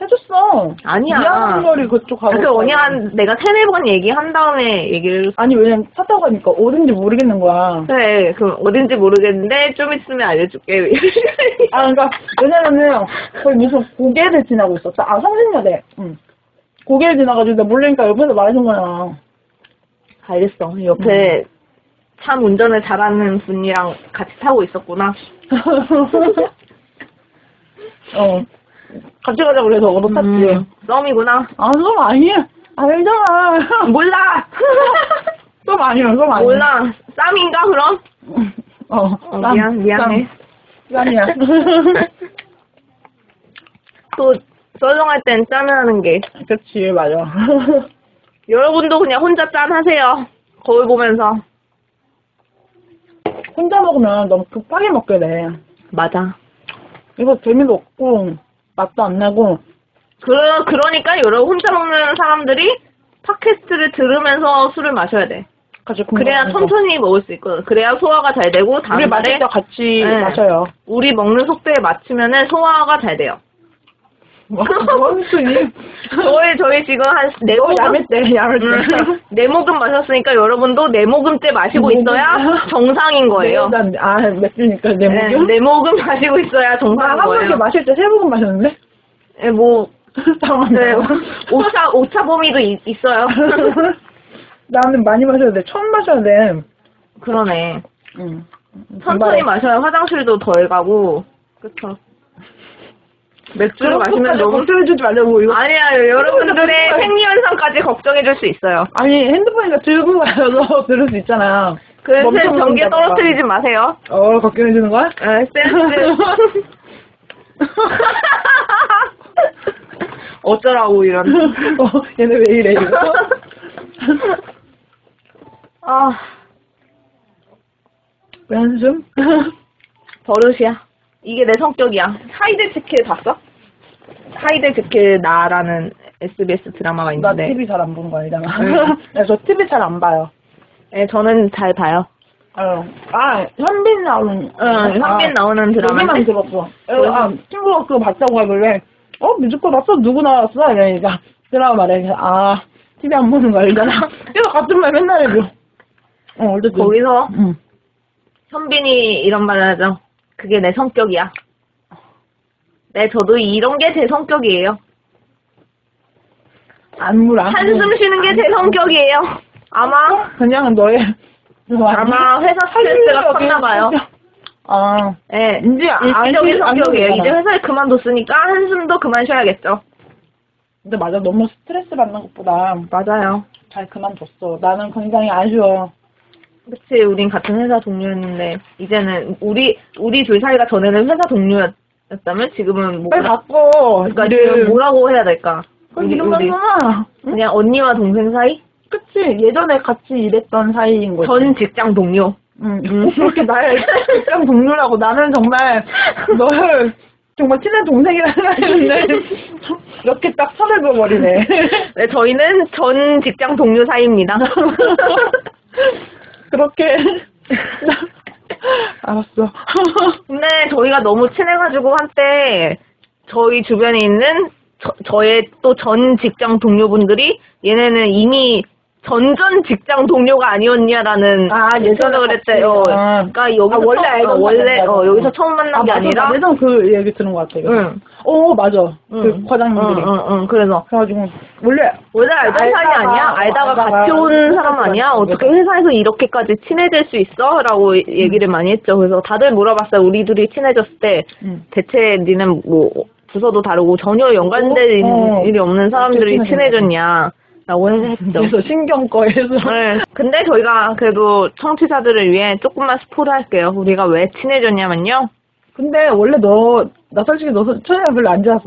S2: 해줬어.
S3: 아니야. 아,
S2: 미안한 거리 그쪽 가고.
S3: 그래서 언니가 한- 내가 세네 번 얘기한 다음에 얘기를 해줬어.
S2: 아니 왜냐면 차 타고 가니까 어딘지 모르겠는 거야.
S3: 네, 그래, 그럼 어딘지 모르겠는데 좀 있으면 알려줄게.
S2: 아 그러니까 왜냐면은 거의 무슨 고개를 지나고 있었어. 아 성신여대. 응. 고개를 지나가지고 내가 모르니까 옆에서 말해준 거야.
S3: 알겠어. 옆에 참 네. 운전을 잘하는 분이랑 같이 타고 있었구나.
S2: 어. 같이 가자고 그래서 얻어 탔지.
S3: 음, 썸이구나.
S2: 아 그럼 아니야. 알잖아.
S3: 몰라.
S2: 그럼 아니야. 그럼 아니야.
S3: 몰라. 쌈인가 그럼?
S2: 어.
S3: 어, 미안, 미안해.
S2: 아니야.
S3: 또 썰렁할 땐 짠하는 게.
S2: 그렇지 맞아.
S3: 여러분도 그냥 혼자 짠하세요. 거울 보면서.
S2: 혼자 먹으면 너무 급하게 먹게 돼.
S3: 맞아.
S2: 이거 재미도 없고 맛도 안 나고
S3: 그러, 그러니까 여러분 혼자 먹는 사람들이 팟캐스트를 들으면서 술을 마셔야 돼.
S2: 같이
S3: 그래야
S2: 공부하는 거.
S3: 천천히 먹을 수 있거든. 그래야 소화가 잘 되고
S2: 우리
S3: 다음
S2: 마실
S3: 날에
S2: 때 같이
S3: 네.
S2: 마셔요.
S3: 우리 먹는 속도에 맞추면 소화가 잘 돼요.
S2: 뭐, 뭔 소리?
S3: 저희 저희 지금 한네
S2: 너 어, 야매 때 야매 때.
S3: 어? 음, 네 모금 마셨으니까 여러분도 네 모금째 마시고
S2: 네
S3: 있어야
S2: 모금.
S3: 정상인 거예요.
S2: 난, 아 맥주니까 내
S3: 네,
S2: 목요.
S3: 네 모금 마시고 있어야
S2: 아,
S3: 정상인
S2: 한 번씩
S3: 거예요.
S2: 마실 때 세 모금 마셨는데?
S3: 예, 뭐
S2: 잠깐만.
S3: 네, 오차 오차 범위도 이- 있어요.
S2: 나는 많이 마셔야 돼. 처음 마셔야 돼. 음.
S3: 그러네.
S2: 응.
S3: 천천히 마셔야 화장실도 덜 가고. 그렇죠. 맥주를 마시면 뭐- 너무
S2: 걱정해 주지 말라고 이거.
S3: 아니야 여러분들의 생리현상까지 걱정해 줄 수 있어요.
S2: 아니 핸드폰이니까 들고 가서 들을 수 있잖아.
S3: 그래서
S2: 멈춰
S3: 전기에
S2: 먹는다던가.
S3: 떨어뜨리지 마세요.
S2: 어 걱정해 주는 거야?
S3: 에,
S2: 네.
S3: 센스. 어쩌라고 이런.
S2: 어, 얘네 왜 이래 이거?
S3: 아
S2: 왜 한숨?
S3: 버릇이야. 이게 내 성격이야. 하이델 지킬 봤어? 하이델 지킬 나라는 SBS 드라마가
S2: 나
S3: 있는데.
S2: TV 잘 안 보는 거 아니잖아.
S3: 응.
S2: 야, 저 TV 잘 안 봐요.
S3: 예, 저는 잘 봐요.
S2: 어. 아, 현빈 나오는.
S3: 응, 현빈 나오는 드라마.
S2: 여기만 들었어. 어, 아, 친구가 그거 봤다고 하길래, 어, 뮤지컬 봤어? 누구 나왔어? 이러니까, 드라마 말해. 아, TV 안 보는 거 알잖아. 계속 같은 말 맨날 해줘. 어, 어쨌든.
S3: 거기서
S2: 응.
S3: 현빈이 이런 말을 하죠. 그게 내 성격이야. 네, 저도 이런 게 제 성격이에요. 아,
S2: 안무라.
S3: 한숨 쉬는 게 제 성격이에요. 아마
S2: 그냥 너의. 어,
S3: 아, 아마 회사 스트레스가 컸나 봐요.
S2: 아,
S3: 예,
S2: 이제 안
S3: 일시적인
S2: 쉬- 안
S3: 성격이에요.
S2: 쉬는
S3: 이제
S2: 거구나.
S3: 회사에 그만뒀으니까 한숨도 그만 쉬어야겠죠.
S2: 근데 맞아. 너무 스트레스 받는 것보다
S3: 맞아요.
S2: 잘 그만뒀어. 나는 굉장히 아쉬워.
S3: 그치, 우린 같은 회사 동료였는데, 이제는 우리, 우리 둘 사이가 전에는 회사 동료였다면 지금은 뭐,
S2: 빨리 바꿔.
S3: 그러니까
S2: 이름.
S3: 지금 뭐라고 해야 될까?
S2: 그럼 이름 바꿔.
S3: 그냥 언니와 동생 사이?
S2: 그치. 예전에 같이 일했던 사이인 거지.
S3: 전 직장 동료.
S2: 응. 꼭 그렇게 나의 직장 동료라고 나는 정말 너를 정말 친한 동생이라 생각했는데 이렇게 딱 쳐내버리네.
S3: 네, 저희는 전 직장 동료 사이입니다.
S2: 그렇게 알았어.
S3: 근데 저희가 너무 친해가지고 한때 저희 주변에 있는 저, 의 또 전 직장 동료분들이 얘네는 이미 전전 직장 동료가 아니었냐라는
S2: 아, 예전에
S3: 생각을
S2: 같이.
S3: 했대요.
S2: 아.
S3: 그러니까 여기서
S2: 아, 원래
S3: 처음,
S2: 알던
S3: 어, 원래
S2: 사람이라고.
S3: 어, 여기서 처음 만난 게
S2: 맞아.
S3: 아니라
S2: 나 예전 그 얘기 들은 것 같아. 응.
S3: 응,
S2: 오 맞아.
S3: 응.
S2: 그 과장님들이.
S3: 응, 응, 응. 그래서
S2: 그래가지고 원래
S3: 원래 알던 사람이
S2: 알다가,
S3: 아니야?
S2: 어,
S3: 알다가,
S2: 알다가
S3: 같이 온 사람
S2: 알다가
S3: 아니야?
S2: 알다가
S3: 어떻게 회사에서 이렇게까지 친해질 수 있어?
S2: 음.
S3: 라고 얘기를 많이 했죠. 그래서 다들 물어봤어요. 우리 둘이 친해졌을 때
S2: 음.
S3: 대체 니는 뭐 부서도 다르고 전혀 연관된
S2: 어, 어.
S3: 일이 없는 사람들이
S2: 어떻게
S3: 친해졌냐? 라고 했죠.
S2: 그래서 신경과에서
S3: 네. 근데 저희가 그래도 청취자들을 위해 조금만 스포를 할게요. 우리가 왜 친해졌냐면요.
S2: 근데 원래 너 나 솔직히 너 첫날 별로 안 좋았어.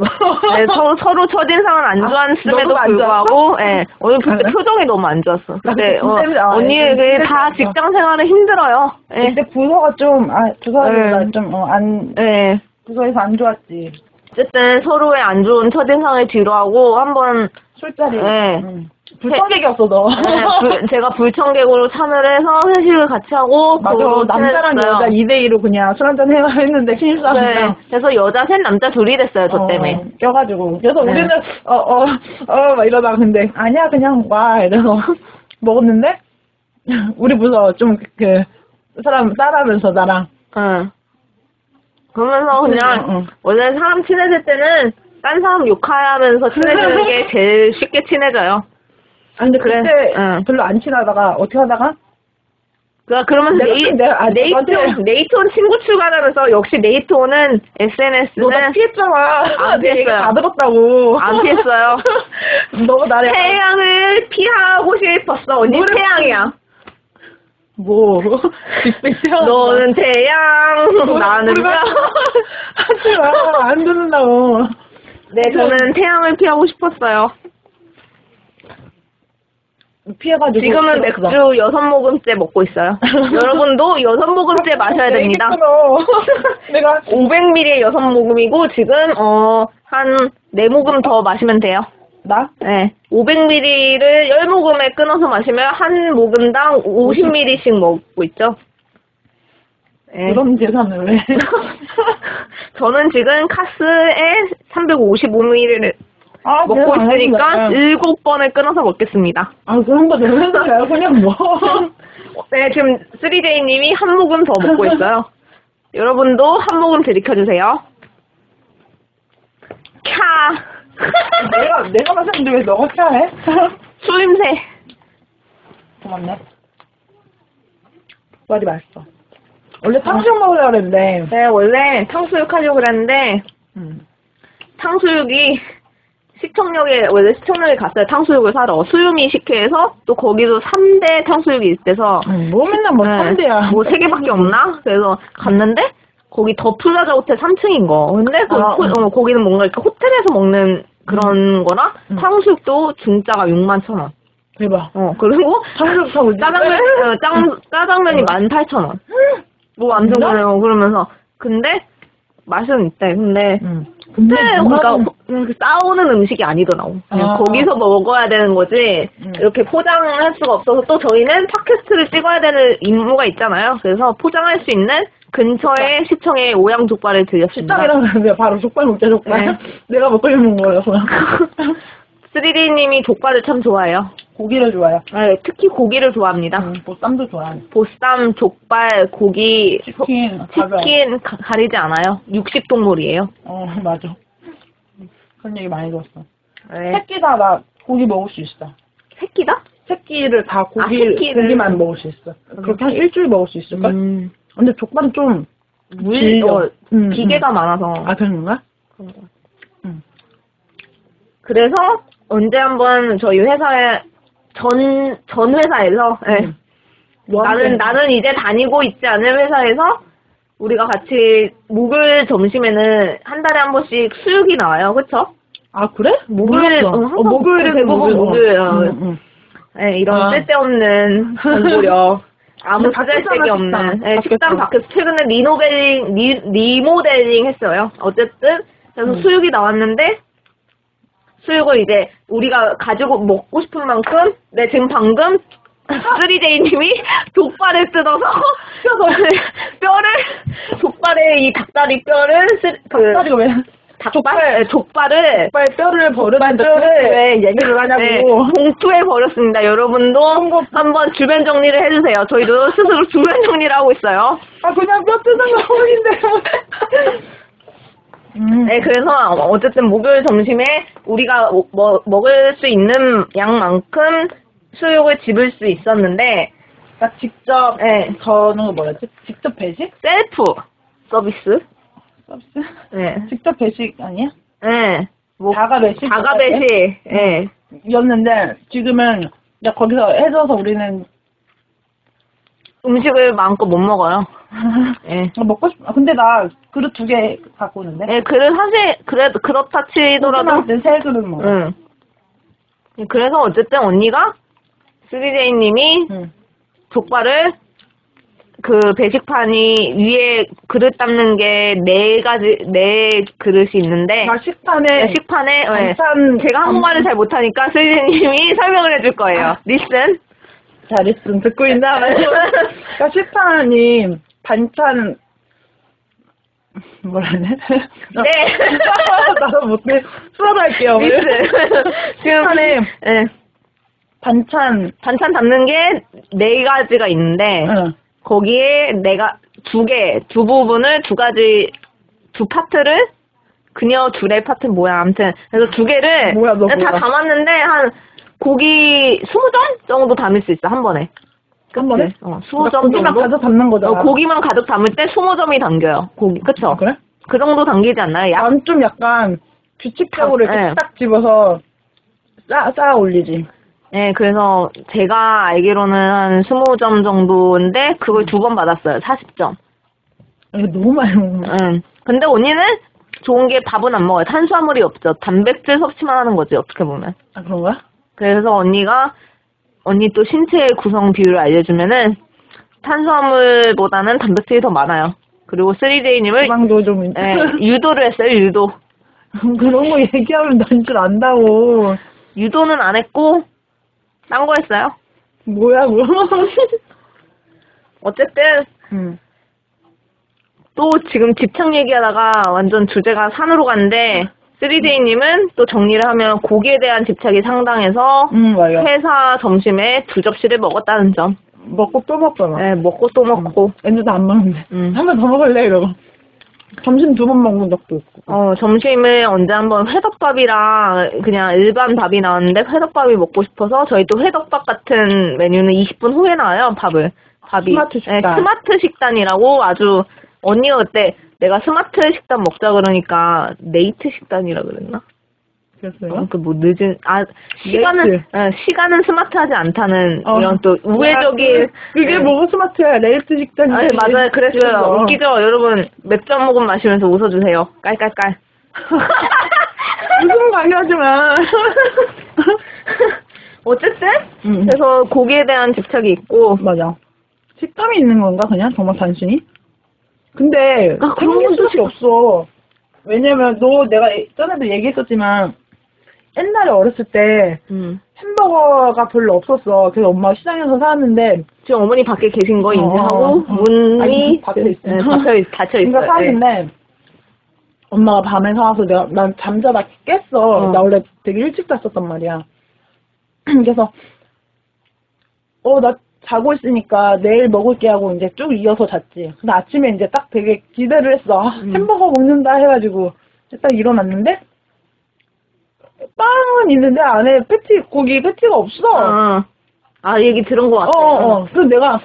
S3: 네, 서, 서로 첫인상은 안
S2: 아,
S3: 좋았음에도
S2: 너도 안
S3: 불구하고, 예. 오늘 근데
S2: 그래?
S3: 표정이 너무 안 좋았어.
S2: 나
S3: 근데,
S2: 그때
S3: 어,
S2: 때문에, 아,
S3: 언니,
S2: 예,
S3: 그, 다
S2: 힘들다.
S3: 직장 생활은 힘들어요. 예.
S2: 근데 부서가 좀, 아, 부서가
S3: 네.
S2: 좀안
S3: 예.
S2: 부서에서 안 좋았지.
S3: 어쨌든 서로의 안 좋은 첫인상을 뒤로하고, 한 번,
S2: 술자리.
S3: 네.
S2: 응. 불편하게였어 너.
S3: 예, 불- 제가 불청객으로 참여를 해서 회식을 같이 하고,
S2: 맞아.
S3: 그걸로
S2: 남자랑
S3: 친해졌어요.
S2: 여자 2대2로 그냥 술 한잔 해- 했는데
S3: 네.
S2: 신입사원이랑.
S3: 그래서 여자 셋, 남자 둘이 됐어요, 저
S2: 어,
S3: 때문에.
S2: 껴가지고. 그래서
S3: 네.
S2: 우리는, 어, 어, 어, 막 이러다가 근데, 아니야, 그냥 와. 이래서 먹었는데, 우리 부서 좀, 그, 사람 따라하면서 나랑.
S3: 응. 그러면서 그냥,
S2: 응, 응.
S3: 원래 사람 친해질 때는, 딴 사람 욕하면서 친해지는 게 제일 쉽게 친해져요.
S2: 아, 근데
S3: 그래,
S2: 그때
S3: 응.
S2: 별로 안 친하다가, 어떻게 하다가?
S3: 그 그러면
S2: 내가-
S3: 네이,
S2: 내가- 아,
S3: 네이톤
S2: 내가-
S3: 네이톤 친구 추가하면서 역시 네이톤은
S2: 너 나
S3: SNS는
S2: 피했잖아.
S3: 안
S2: 내 얘기
S3: 피했어요.
S2: 다 들었다고.
S3: 안 피했어요. 네.
S2: 너 나를 약간
S3: 태양을 피하고 싶었어. 언니
S2: 노래-
S3: 태양이야.
S2: 뭐 빅뱅 태양
S3: 너는 태양, 나는
S2: 하지 마안 듣는다고
S3: 네 저는 태양을 피하고 싶었어요.
S2: 피해가지고
S3: 지금은
S2: 그거.
S3: 맥주 여섯 모금째 먹고 있어요. 여러분도 여섯 모금째 마셔야
S2: 내 얘기
S3: 됩니다.
S2: 끊어. 내가
S3: 500ml에 여섯 모금이고 지금 어한네 모금 더 마시면 돼요.
S2: 나
S3: 네. 500ml를 10모금에 끊어서 마시면 한 모금당 50ml씩 먹고 있죠. 네.
S2: 이런 재산을 왜
S3: 저는 지금 카스에 355ml를
S2: 아,
S3: 먹고
S2: 재산 안
S3: 있으니까
S2: 해준다.
S3: 7번을 끊어서 먹겠습니다.
S2: 아 그런 거 내는 거야 그냥 뭐
S3: 네, 지금 3J님이 한 모금 더 먹고 있어요. 여러분도 한 모금 들이켜주세요. 캬.
S2: 내가 내가 마셨는데 왜 너가 켜해
S3: 술임새.
S2: 고맙네 말이 맛있어 원래 탕수육 먹으려고 그랬는데 음.
S3: 네, 원래 탕수육 하려고 그랬는데 탕수육이 시청역에 원래 시청역에 갔어요. 탕수육을 사러 수유미 식회에서 또 거기도 3대 탕수육이 있대서
S2: 음, 뭐 맨날 뭐
S3: 네,
S2: 산대야
S3: 뭐 3개밖에 없나? 그래서 갔는데 거기 더 플라자 호텔 3층인 거. 근데 그
S2: 아,
S3: 호-
S2: 음.
S3: 어, 거기는 뭔가 이렇게 호텔에서 먹는 그런 거라
S2: 음.
S3: 탕수육도 중짜가 6만 천 원.
S2: 대박
S3: 어 그리고
S2: 탕수육 사고 네. 이제
S3: 짜장면 어, 짱, 짜장면이 18,000원. 뭐 완전
S2: 진짜?
S3: 그래요. 그러면서 근데 맛은 있대. 근데
S2: 음.
S3: 근데
S2: 누나는-
S3: 그러니까 호- 음, 싸오는 음식이 아니더라고. 그냥
S2: 아.
S3: 거기서 먹어야 되는 거지.
S2: 음.
S3: 이렇게 포장할 수가 없어서 또 저희는 팟캐스트를 찍어야 되는 임무가 있잖아요. 그래서 포장할 수 있는 근처의 시청에 오양족발을 들렸습니다.
S2: 식당이라 그러는데 바로 족발 먹자 족발
S3: 네.
S2: 내가 먹고 싶은 거라서
S3: 3D님이 족발을 참 좋아해요.
S2: 고기를 좋아해요
S3: 네, 특히 고기를 좋아합니다.
S2: 음, 보쌈도 좋아해
S3: 보쌈, 족발, 고기,
S2: 치킨 가벼워.
S3: 치킨 가- 가리지 않아요. 육식 동물이에요.
S2: 어 맞아 그런 얘기 많이 들었어
S3: 네.
S2: 새끼 다 나 고기 먹을 수 있어
S3: 새끼다? 아,
S2: 아, 새끼를 음. 다 고기
S3: 새끼를.
S2: 고기만 먹을 수 있어 그렇게 한 일주일 먹을 수 있을걸
S3: 음.
S2: 근데 족발은 좀
S3: 물, 어,
S2: 음,
S3: 기계가 많아서.
S2: 음. 아 그런가?
S3: 그런 것 같아요.
S2: 음.
S3: 그래서 언제 한번 저희 회사에 전, 전 회사에서 예.
S2: 음. 뭐
S3: 나는
S2: 하는데?
S3: 나는 이제 다니고 있지 않은 회사에서 우리가 같이 목요일 점심에는 한 달에 한 번씩 수육이 나와요, 그렇죠?
S2: 아 그래?
S3: 목요일,
S2: 몰랐어. 음,
S3: 어, 항상 대부분
S2: 목요일,
S3: 목요일, 어.
S2: 응, 응.
S3: 예, 이런
S2: 아.
S3: 쓸데없는 정보력, 아무
S2: 근데 밖에서
S3: 쓸데기
S2: 하나
S3: 없는
S2: 식당.
S3: 예,
S2: 밖에서.
S3: 식당 밖에서 최근에 리노베링 리, 리모델링 했어요. 어쨌든 그래서
S2: 음.
S3: 수육이 나왔는데 수육을 이제 우리가 가지고 먹고 싶은 만큼 네 지금 방금 3J님이 족발을 뜯어서 뼈를, 뼈를 족발에 이 닭다리 뼈를 쓰- 그
S2: 어. 닭다리가 왜
S3: 닭발 예, 족발을
S2: 족발 뼈를 버렸는데
S3: 뼈를
S2: 왜 얘기를 하냐고
S3: 네, 봉투에 버렸습니다. 여러분도 한번 주변 정리를 해주세요. 저희도 스스로 주변 정리를 하고 있어요.
S2: 아 그냥 뼈 뜯은 거 보인데 음.
S3: 네, 그래서 어쨌든 목요일 점심에 우리가 뭐- 뭐- 먹을 수 있는 양만큼 수육을 집을 수 있었는데,
S2: 그러니까 직접
S3: 네,
S2: 저는 뭐였지? 직접 배식?
S3: 셀프 서비스?
S2: 서비스?
S3: 네,
S2: 직접 배식 아니야?
S3: 네, 뭐
S2: 자가 배식?
S3: 자가 배식, 네,
S2: 였는데 지금은 야, 거기서 해줘서 우리는
S3: 음식을 마음껏 못 먹어요. 네.
S2: 먹고 싶. 아, 근데 나 그릇 두 개 갖고 오는데. 네,
S3: 네, 그래 사실 그래 그렇다 치더라도
S2: 내세 그릇 먹어.
S3: 응. 그래서 어쨌든 언니가 스리제이님이
S2: 응.
S3: 족발을 그 배식판이 위에 그릇 담는 게 네 가지 네 그릇이 있는데
S2: 나 식판에
S3: 식판에 예.
S2: 반찬
S3: 제가 한국말을 잘 못하니까 스리제이님이 설명을 해줄 거예요.
S2: 아.
S3: 리슨.
S2: 잘했음 듣고 있나? 네. 그러니까 식판이 반찬 뭐라 네
S3: 네.
S2: 나도 못해. 수업할게요.
S3: 리슨.
S2: 식판에
S3: 예.
S2: 반찬.
S3: 반찬 담는 게 네 가지가 있는데
S2: 응.
S3: 거기에 내가 두 개, 두 부분을 두 가지, 두 파트를 그녀 둘의 파트 뭐야 아무튼 그래서 두 개를
S2: 뭐야, 너
S3: 다
S2: 뭐야.
S3: 담았는데 한 고기 20점 정도 담을 수 있어 한 번에
S2: 한 번에?
S3: 네, 어,
S2: 그러니까
S3: 20점
S2: 고기만
S3: 정도
S2: 가서 담는 거잖아.
S3: 어, 고기만 가득 담을 때 20점이 담겨요 고기 그쵸?
S2: 아, 그래? 아.
S3: 그 정도 담기지 않나요? 약?
S2: 난 좀 약간 규칙적으로
S3: 아,
S2: 이렇게
S3: 예.
S2: 딱 집어서 쌓아, 쌓아 올리지.
S3: 네 그래서 제가 알기로는 한 20점 정도인데
S2: 음.
S3: 그걸 두 번 받았어요 40점
S2: 아, 이거 너무 많이 먹는
S3: 응. 근데 언니는 좋은 게 밥은 안 먹어요. 탄수화물이 없죠. 단백질 섭취만 하는 거지, 어떻게 보면.
S2: 아, 그런 거야?
S3: 그래서 언니가, 언니 또 신체의 구성 비율을 알려주면은, 탄수화물보다는 단백질이 더 많아요. 그리고 3J님을, 예,
S2: 지방도 좀 있-
S3: 네. 유도를 했어요, 유도.
S2: 그런 거 얘기하면 난 줄 안다고.
S3: 유도는 안 했고, 딴 거 했어요.
S2: 뭐야, 뭐.
S3: 어쨌든, 음.
S2: 응.
S3: 또 지금 집착 얘기하다가 완전 주제가 산으로 갔는데, 3J님은 또 정리를 하면 고기에 대한 집착이 상당해서,
S2: 응, 음, 맞아.
S3: 네. 회사 점심에 두 접시를 먹었다는 점.
S2: 먹고 또 먹잖아.
S3: 예, 먹고 또 먹고.
S2: 애들도 안 먹는데.
S3: 음.
S2: 한 번 더 먹을래? 이러고. 점심 두 번 먹는 적도 있고.
S3: 어, 점심에 언제 한번 회덮밥이랑 그냥 일반 밥이 나왔는데 회덮밥이 먹고 싶어서 저희 또 회덮밥 같은 메뉴는 20분 후에 나와요, 밥을. 밥이.
S2: 스마트 식단.
S3: 예, 스마트 식단이라고 아주 언니가 그때 내가 스마트 식단 먹자 그러니까 네이트 식단이라 그랬나?
S2: 그랬어요?
S3: 그 뭐 늦은 아 시간은
S2: 네이트.
S3: 예, 시간은 스마트하지 않다는
S2: 어.
S3: 이런 또 우회적인
S2: 야, 그게
S3: 예.
S2: 뭐가 스마트야. 레이트 식단이.
S3: 아니, 맞아요. 그랬어요. 예, 웃기죠? 여러분, 맥주 한 모금 마시면서 웃어주세요. 깔깔깔.
S2: 무슨 말이 하지 마.
S3: 어쨌든,
S2: 음.
S3: 그래서 고기에 대한 집착이 있고,
S2: 맞아. 식감이 있는 건가, 그냥? 정말 단순히? 근데,
S3: 아, 그런
S2: 생길
S3: 것도
S2: 수밖에 없어. 왜냐면, 너 내가 예- 전에도 얘기했었지만, 옛날에 어렸을 때
S3: 음.
S2: 햄버거가 별로 없었어. 그래서 엄마가 시장에서 사왔는데,
S3: 지금 어머니 밖에 계신 거 인지하고,
S2: 어, 어.
S3: 문이
S2: 아니, 닫혀 있어요.
S3: 네, 닫혀, 있- 닫혀 있어요. 네.
S2: 그러니까 사왔는데, 엄마가 밤에 사와서 내가, 난 잠자다 깼어.
S3: 어.
S2: 나 원래 되게 일찍 잤었단 말이야. 그래서, 어, 나 자고 있으니까 내일 먹을게 하고 이제 쭉 이어서 잤지. 근데 아침에 이제 딱 되게 기대를 했어. 아,
S3: 음.
S2: 햄버거 먹는다 해가지고. 딱 일어났는데, 빵은 있는데 안에 패티, 고기 패티가 없어.
S3: 아, 아, 얘기 들은 거
S2: 어,
S3: 같아요.
S2: 어, 어. 그래서 내가,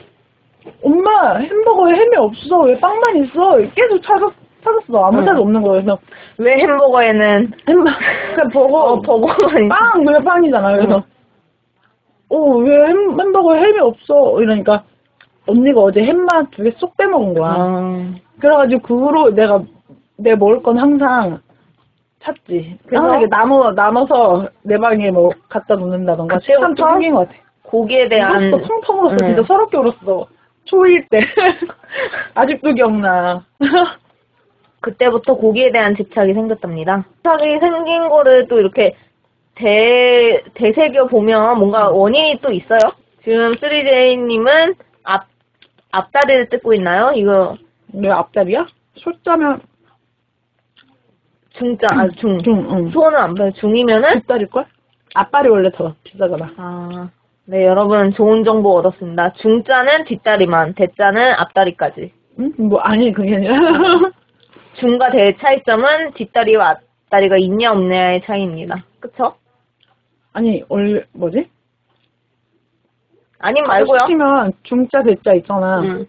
S2: 엄마 햄버거에 햄이 없어 왜 빵만 있어 계속 찾았 찾았어 아무 데도 없는 거예요 그래서
S3: 왜 햄버거에는
S2: 햄버 아. 그냥 버거
S3: 어, 버거만 있어?
S2: 빵 그냥 빵이잖아요 그래서 어왜 햄버거에 햄이 없어 이러니까 언니가 어제 햄만 두 개 쏙 빼먹은 거야
S3: 아.
S2: 그래가지고 그 후로 내가 내 먹을 건 항상 찾지.
S3: 그래서?
S2: 항상 이게 나눠 나눠서 내 방에 뭐 갖다 놓는다던가
S3: 그때부터?
S2: 식탐 좀 생긴 것 같아.
S3: 고기에 대한
S2: 울었어, 펑펑 울었어,
S3: 네.
S2: 진짜 서럽게 울었어. 초일 때 아직도 기억나.
S3: 그때부터 고기에 대한 집착이 생겼답니다. 집착이 생긴 거를 또 이렇게 대, 되새겨 보면 뭔가 원인이 또 있어요. 지금 3J님은 앞, 앞다리를 뜯고 있나요? 이거
S2: 내 앞다리야? 솔자면
S3: 중자, 아, 중.
S2: 좀 응.
S3: 소는 안 봐요. 중이면은?
S2: 뒷다리 걸? 앞다리 원래 더 비싸잖아.
S3: 아, 네, 여러분 좋은 정보 얻었습니다. 중자는 뒷다리만, 대자는 앞다리까지.
S2: 응? 뭐 아니 그게 아니라
S3: 중과 대의 차이점은 뒷다리와 앞다리가 있냐 없냐의 차이입니다. 그쵸?
S2: 아니 원래 뭐지?
S3: 아님 말고요.
S2: 시키면 중자 대자 있잖아.
S3: 음.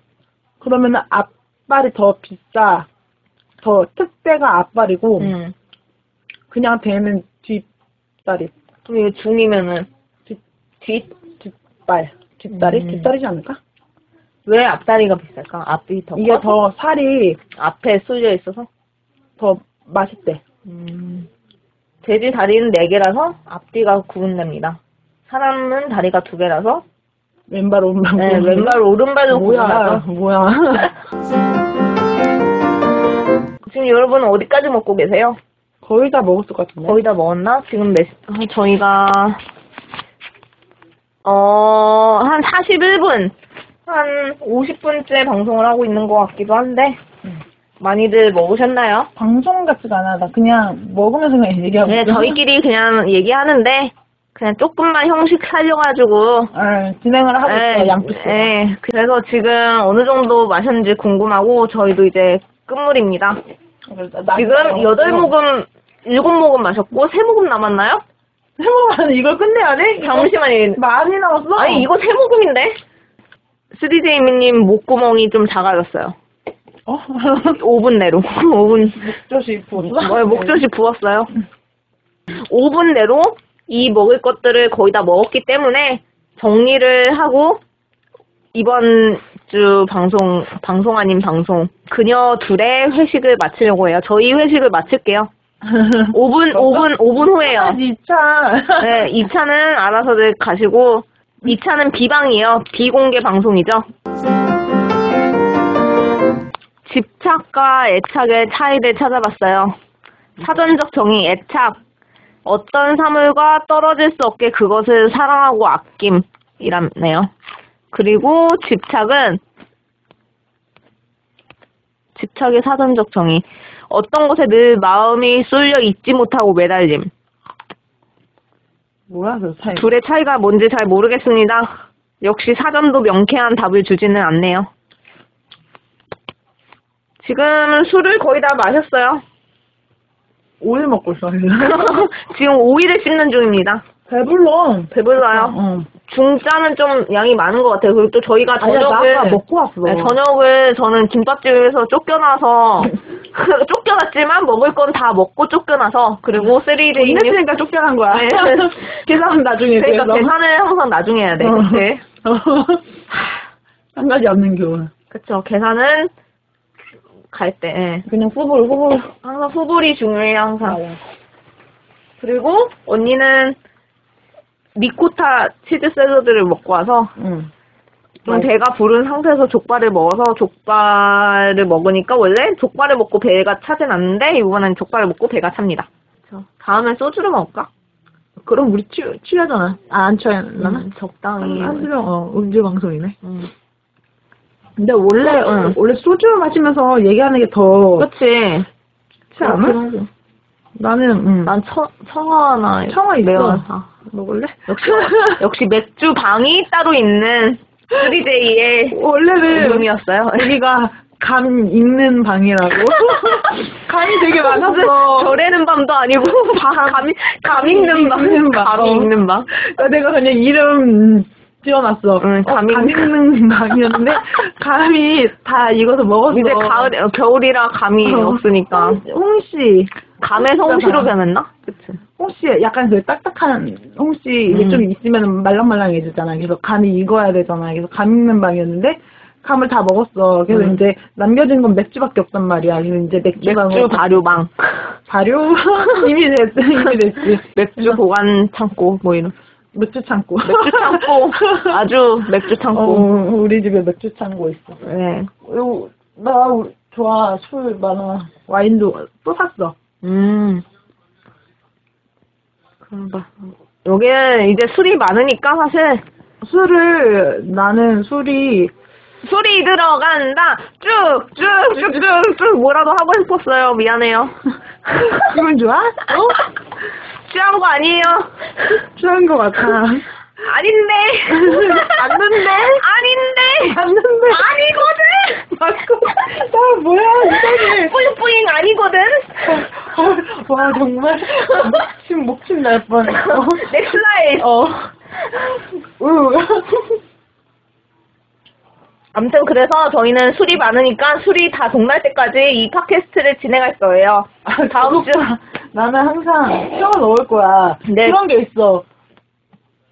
S2: 그러면은 앞발이 더 비싸. 더 특대가 앞발이고
S3: 음.
S2: 그냥 대는 뒷다리,
S3: 그럼 이거 중이면은
S2: 뒷-
S3: 뒷 왜
S2: 발, 뒷다리,
S3: 음.
S2: 뒷다리지 않을까?
S3: 앞다리가 비쌀까? 앞이 더
S2: 이게
S3: 커서?
S2: 더 살이
S3: 앞에 쏠려 있어서
S2: 더 맛있대.
S3: 음. 돼지 다리는 네 개라서 앞뒤가 구분됩니다. 사람은 다리가 두 개라서
S2: 왼발 오른발.
S3: 네,
S2: 오른발.
S3: 왼발 오른발도
S2: 음. 뭐야,
S3: 구분하죠.
S2: 뭐야.
S3: 지금 여러분은 어디까지 먹고 계세요?
S2: 거의 다 먹었을 것 같은데.
S3: 거의 다 먹었나? 지금 몇 시- 아, 저희가 어, 한 41분, 한 50분째 방송을 하고 있는 것 같기도 한데
S2: 음.
S3: 많이들 먹으셨나요?
S2: 방송 같지가 않아. 나 그냥 먹으면서 그냥 얘기하고.
S3: 네,
S2: 있어.
S3: 저희끼리 그냥 얘기하는데 그냥 조금만 형식 살려가지고
S2: 아, 진행을 하고 있어,
S3: 예,
S2: 양피스.
S3: 예, 그래서 지금 어느 정도 마셨는지 궁금하고 저희도 이제 끝물입니다.
S2: 어, 아,
S3: 지금 여덟
S2: 네.
S3: 모금, 일곱 모금 마셨고 세 모금 남았나요?
S2: 해먹으면 이걸 끝내야 돼? 뭐? 이거
S3: 잠시만요.
S2: 많이 남았어?
S3: 아니 이거 세 모금인데? 3제이미님 목구멍이 좀 작아졌어요.
S2: 어?
S3: 5분 내로. 5분.
S2: 조시 부었어?
S3: 어, 목젖이 부었어요. 5분 내로 이 먹을 것들을 거의 다 먹었기 때문에 정리를 하고 이번 주 방송 방송 아닌 방송 그녀 둘의 회식을 마치려고 해요. 저희 회식을 마칠게요. 5분 5분 5분 후에요.
S2: 아니, 차.
S3: 네, 2차는 알아서들 가시고 2차는 비방이에요. 비공개 방송이죠. 집착과 애착의 차이를 찾아봤어요. 사전적 정의 애착. 어떤 사물과 떨어질 수 없게 그것을 사랑하고 아낌이라네요. 그리고 집착은 집착의 사전적 정의. 어떤 곳에 늘 마음이 쏠려 있지 못하고 매달림.
S2: 뭐야, 그 사이.
S3: 둘의 차이가 뭔지 잘 모르겠습니다. 역시 사전도 명쾌한 답을 주지는 않네요. 지금 술을 거의 다 마셨어요.
S2: 오일 먹고 있어.
S3: 지금 오이를 씹는 중입니다.
S2: 배불러.
S3: 배불러요.
S2: 응.
S3: 중짜는 좀 양이 많은 것 같아요. 그리고 또 저희가
S2: 아니야, 나
S3: 저녁을
S2: 아까 먹고 왔어.
S3: 네, 저녁을 저는 김밥집에서 쫓겨나서 쫓겨났지만 먹을 건 다 먹고 쫓겨나서 그리고 쓰리를
S2: 돈 냈으니까 쫓겨난 거야.
S3: 네.
S2: 어, 계산은 나중에
S3: 그러니까
S2: 그래서.
S3: 계산을 항상 나중에 해야 돼.
S2: 어.
S3: 네.
S2: 한 가지 없는 교훈.
S3: 그쵸. 계산은 갈 때, 예.
S2: 그냥 후불, 후불.
S3: 항상 후불이 중요해요, 항상.
S2: 맞아요.
S3: 그리고 언니는 미코타 치즈 샐러드를 먹고 와서
S2: 응.
S3: 좀
S2: 맞아.
S3: 배가 부른 상태에서 족발을 먹어서 족발을 먹으니까 원래 족발을 먹고 배가 차진 않는데 이번엔 족발을 먹고 배가 찹니다. 그쵸. 다음엔 소주를 먹을까?
S2: 그럼 우리 취, 취하잖아. 아, 안 취하려나?
S3: 음, 적당히.
S2: 한수령, 어, 음주 방송이네.
S3: 음.
S2: 근데 원래,
S3: 응.
S2: 원래 소주 마시면서 얘기하는 게더
S3: 그치.
S2: 좋지 않아? 어. 나는, 응.
S3: 난 청, 청아나
S2: 청아 있어.
S3: 매운탕.
S2: 먹을래?
S3: 역시, 역시 맥주 방이 따로 있는 3J의
S2: 원래는
S3: 룸이었어요.
S2: 여기가 감 있는 방이라고. 감이 되게 많았어.
S3: 절에는 밤도 아니고 밤, 감, 감 있는 밤,
S2: 있는 밤. 어.
S3: 감이 있는 밤.
S2: 내가 그냥 아, 이름 지어놨어.
S3: 응, 감이-
S2: 어, 감이 있는 강이었는데 감이 다 익어서 먹었어.
S3: 이제 가을, 어, 겨울이라 감이
S2: 어.
S3: 없으니까.
S2: 홍씨,
S3: 감에서 홍시로 변했나? 그치.
S2: 홍씨 약간 그 딱딱한 홍씨 이게
S3: 음.
S2: 좀 있으면 말랑말랑해지잖아. 그래서 감이 익어야 되잖아. 그래서 감 익는 방이었는데 감을 다 먹었어. 그래서
S3: 음.
S2: 이제 남겨진 건 맥주밖에 없단 말이야. 그래서 이제 맥주방을
S3: 맥주 발효방.
S2: 발효 이미 됐어, 이미 됐지.
S3: 맥주 보관 창고, 뭐 이런.
S2: 맥주 창고.
S3: 맥주 창고. 아주 맥주
S2: 어,
S3: 창고.
S2: 우리 집에 맥주 창고 있어.
S3: 네.
S2: 요, 나 우- 좋아 술 많아 와인도 또 샀어
S3: 음. 그런
S2: 뭐.
S3: 거. 여기는 이제 술이 많으니까 사실
S2: 술을 나는 술이
S3: 술이 들어간다. 쭉쭉쭉쭉쭉 뭐라도 하고 싶었어요. 미안해요.
S2: 기분 좋아?
S3: 어? 취한 거 아니에요.
S2: 취한 것 같아
S3: 아닌데.
S2: 맞는데?
S3: 아닌데.
S2: 맞는데
S3: 아니거든.
S2: 맞고 나 뭐야 이상해
S3: 뿌잉뿌잉 아니거든.
S2: 어. 아, 와 정말 지금 목침 날 뻔했어
S3: 넥슬라이.
S2: 어 우.
S3: 아무튼 그래서 저희는 술이 많으니까 술이 다 동날 때까지 이 팟캐스트를 진행할 거예요. 다음 주
S2: 나는 항상 껴 넣을 거야
S3: 네.
S2: 그런 게 있어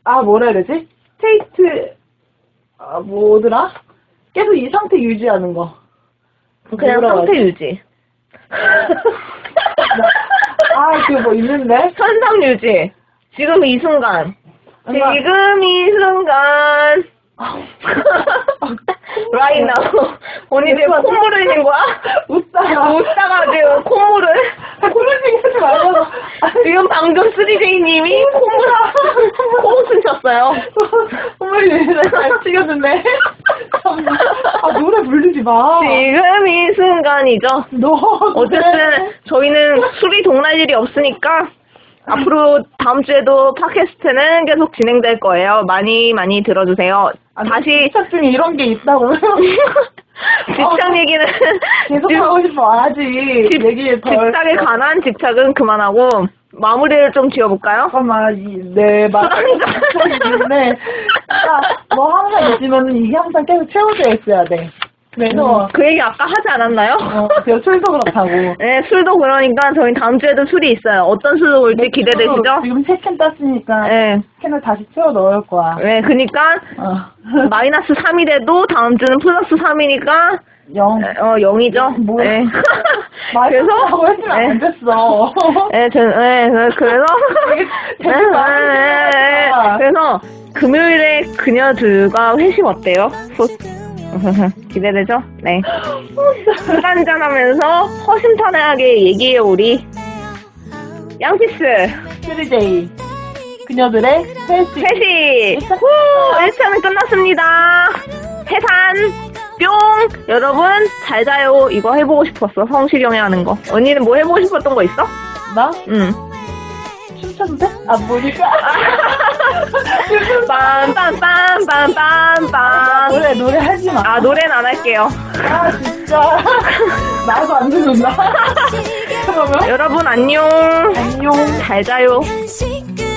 S2: 아 뭐라 해야 되지 스테이트 아 뭐더라 계속 이 상태 유지하는 거
S3: 그냥
S2: 뭐라
S3: 상태
S2: 하지?
S3: 유지.
S2: 아 그거 뭐 있는데
S3: 현상 유지. 지금 이 순간.
S2: 엄마.
S3: 지금 이 순간. right now. 언니 지금 콧물 흘린 거야?
S2: 웃다가
S3: 웃다가 지금 콧물을.
S2: 아, 그런 얘기 하지 말라고 아,
S3: 지금 방금 3J님이 콧물, 콧물 쓰셨어요.
S2: 정말 얘네 잘 찍어줬네 참나. 아 노래 부르지
S3: 어.
S2: 마너
S3: 지금 이 순간이죠.
S2: 네.
S3: 어쨌든 저희는 술이 동날 일이 없으니까 앞으로 다음 주에도 팟캐스트는 계속 진행될 거예요. 많이 많이 들어주세요. 다시
S2: 시작 중에 이런 게 있다고 어,
S3: 집착 얘기는
S2: 계속
S3: 집-
S2: 하고 싶어 아직
S3: 집-
S2: 얘기 덜
S3: 집착에 관한 집착은 그만하고 마무리를 좀 지어볼까요?
S2: 잠깐만 내말 있는데 아, 뭐 항상 있으면 이게 항상 계속 채워져 있어야 돼 그래서
S3: 그 얘기 아까 하지 않았나요?
S2: 네. 어, 그래서 철도 그렇다고
S3: 네, 술도 그러니까 저희 다음 주에도 술이 있어요. 어떤 술도
S2: 네,
S3: 올지 기대되시죠?
S2: 지금 세 캔 땄으니까
S3: 네,
S2: 캔을 다시 채워 넣을 거야
S3: 네, 그니까
S2: 어.
S3: 마이너스 3이 돼도 다음 주는 플러스 3이니까
S2: 영
S3: 어 0이죠.
S2: 뭐야.
S3: 네.
S2: 말해서라고 했으면 안
S3: 네.
S2: 됐어
S3: 네, 저, 네, 그- 그래서
S2: 되게
S3: 네, 네, 네, 네. 그래서 금요일에 그녀들과 회식 어때요? 소- 기대되죠? 네. 술 한잔하면서 허심탄회하게 얘기해요 우리 양피스
S2: 스리데이 그녀들의 회식
S3: 회식 후 1차는 끝났습니다 해산 뿅 여러분 잘 자요 이거 해보고 싶었어 성시경이 하는 거 언니는 뭐 해보고 싶었던 거 있어?
S2: 나
S3: 응
S2: 춤춰도 돼?
S3: 아.
S2: 안 보니까
S3: 빰빰빰빰빰빰
S2: 노래 노래 하지
S3: 아 노래는 안 할게요
S2: 마아 진짜 말도 안 듣는다 그러면
S3: 여러분 안녕
S2: 안녕
S3: 잘 자요
S1: 간식 끝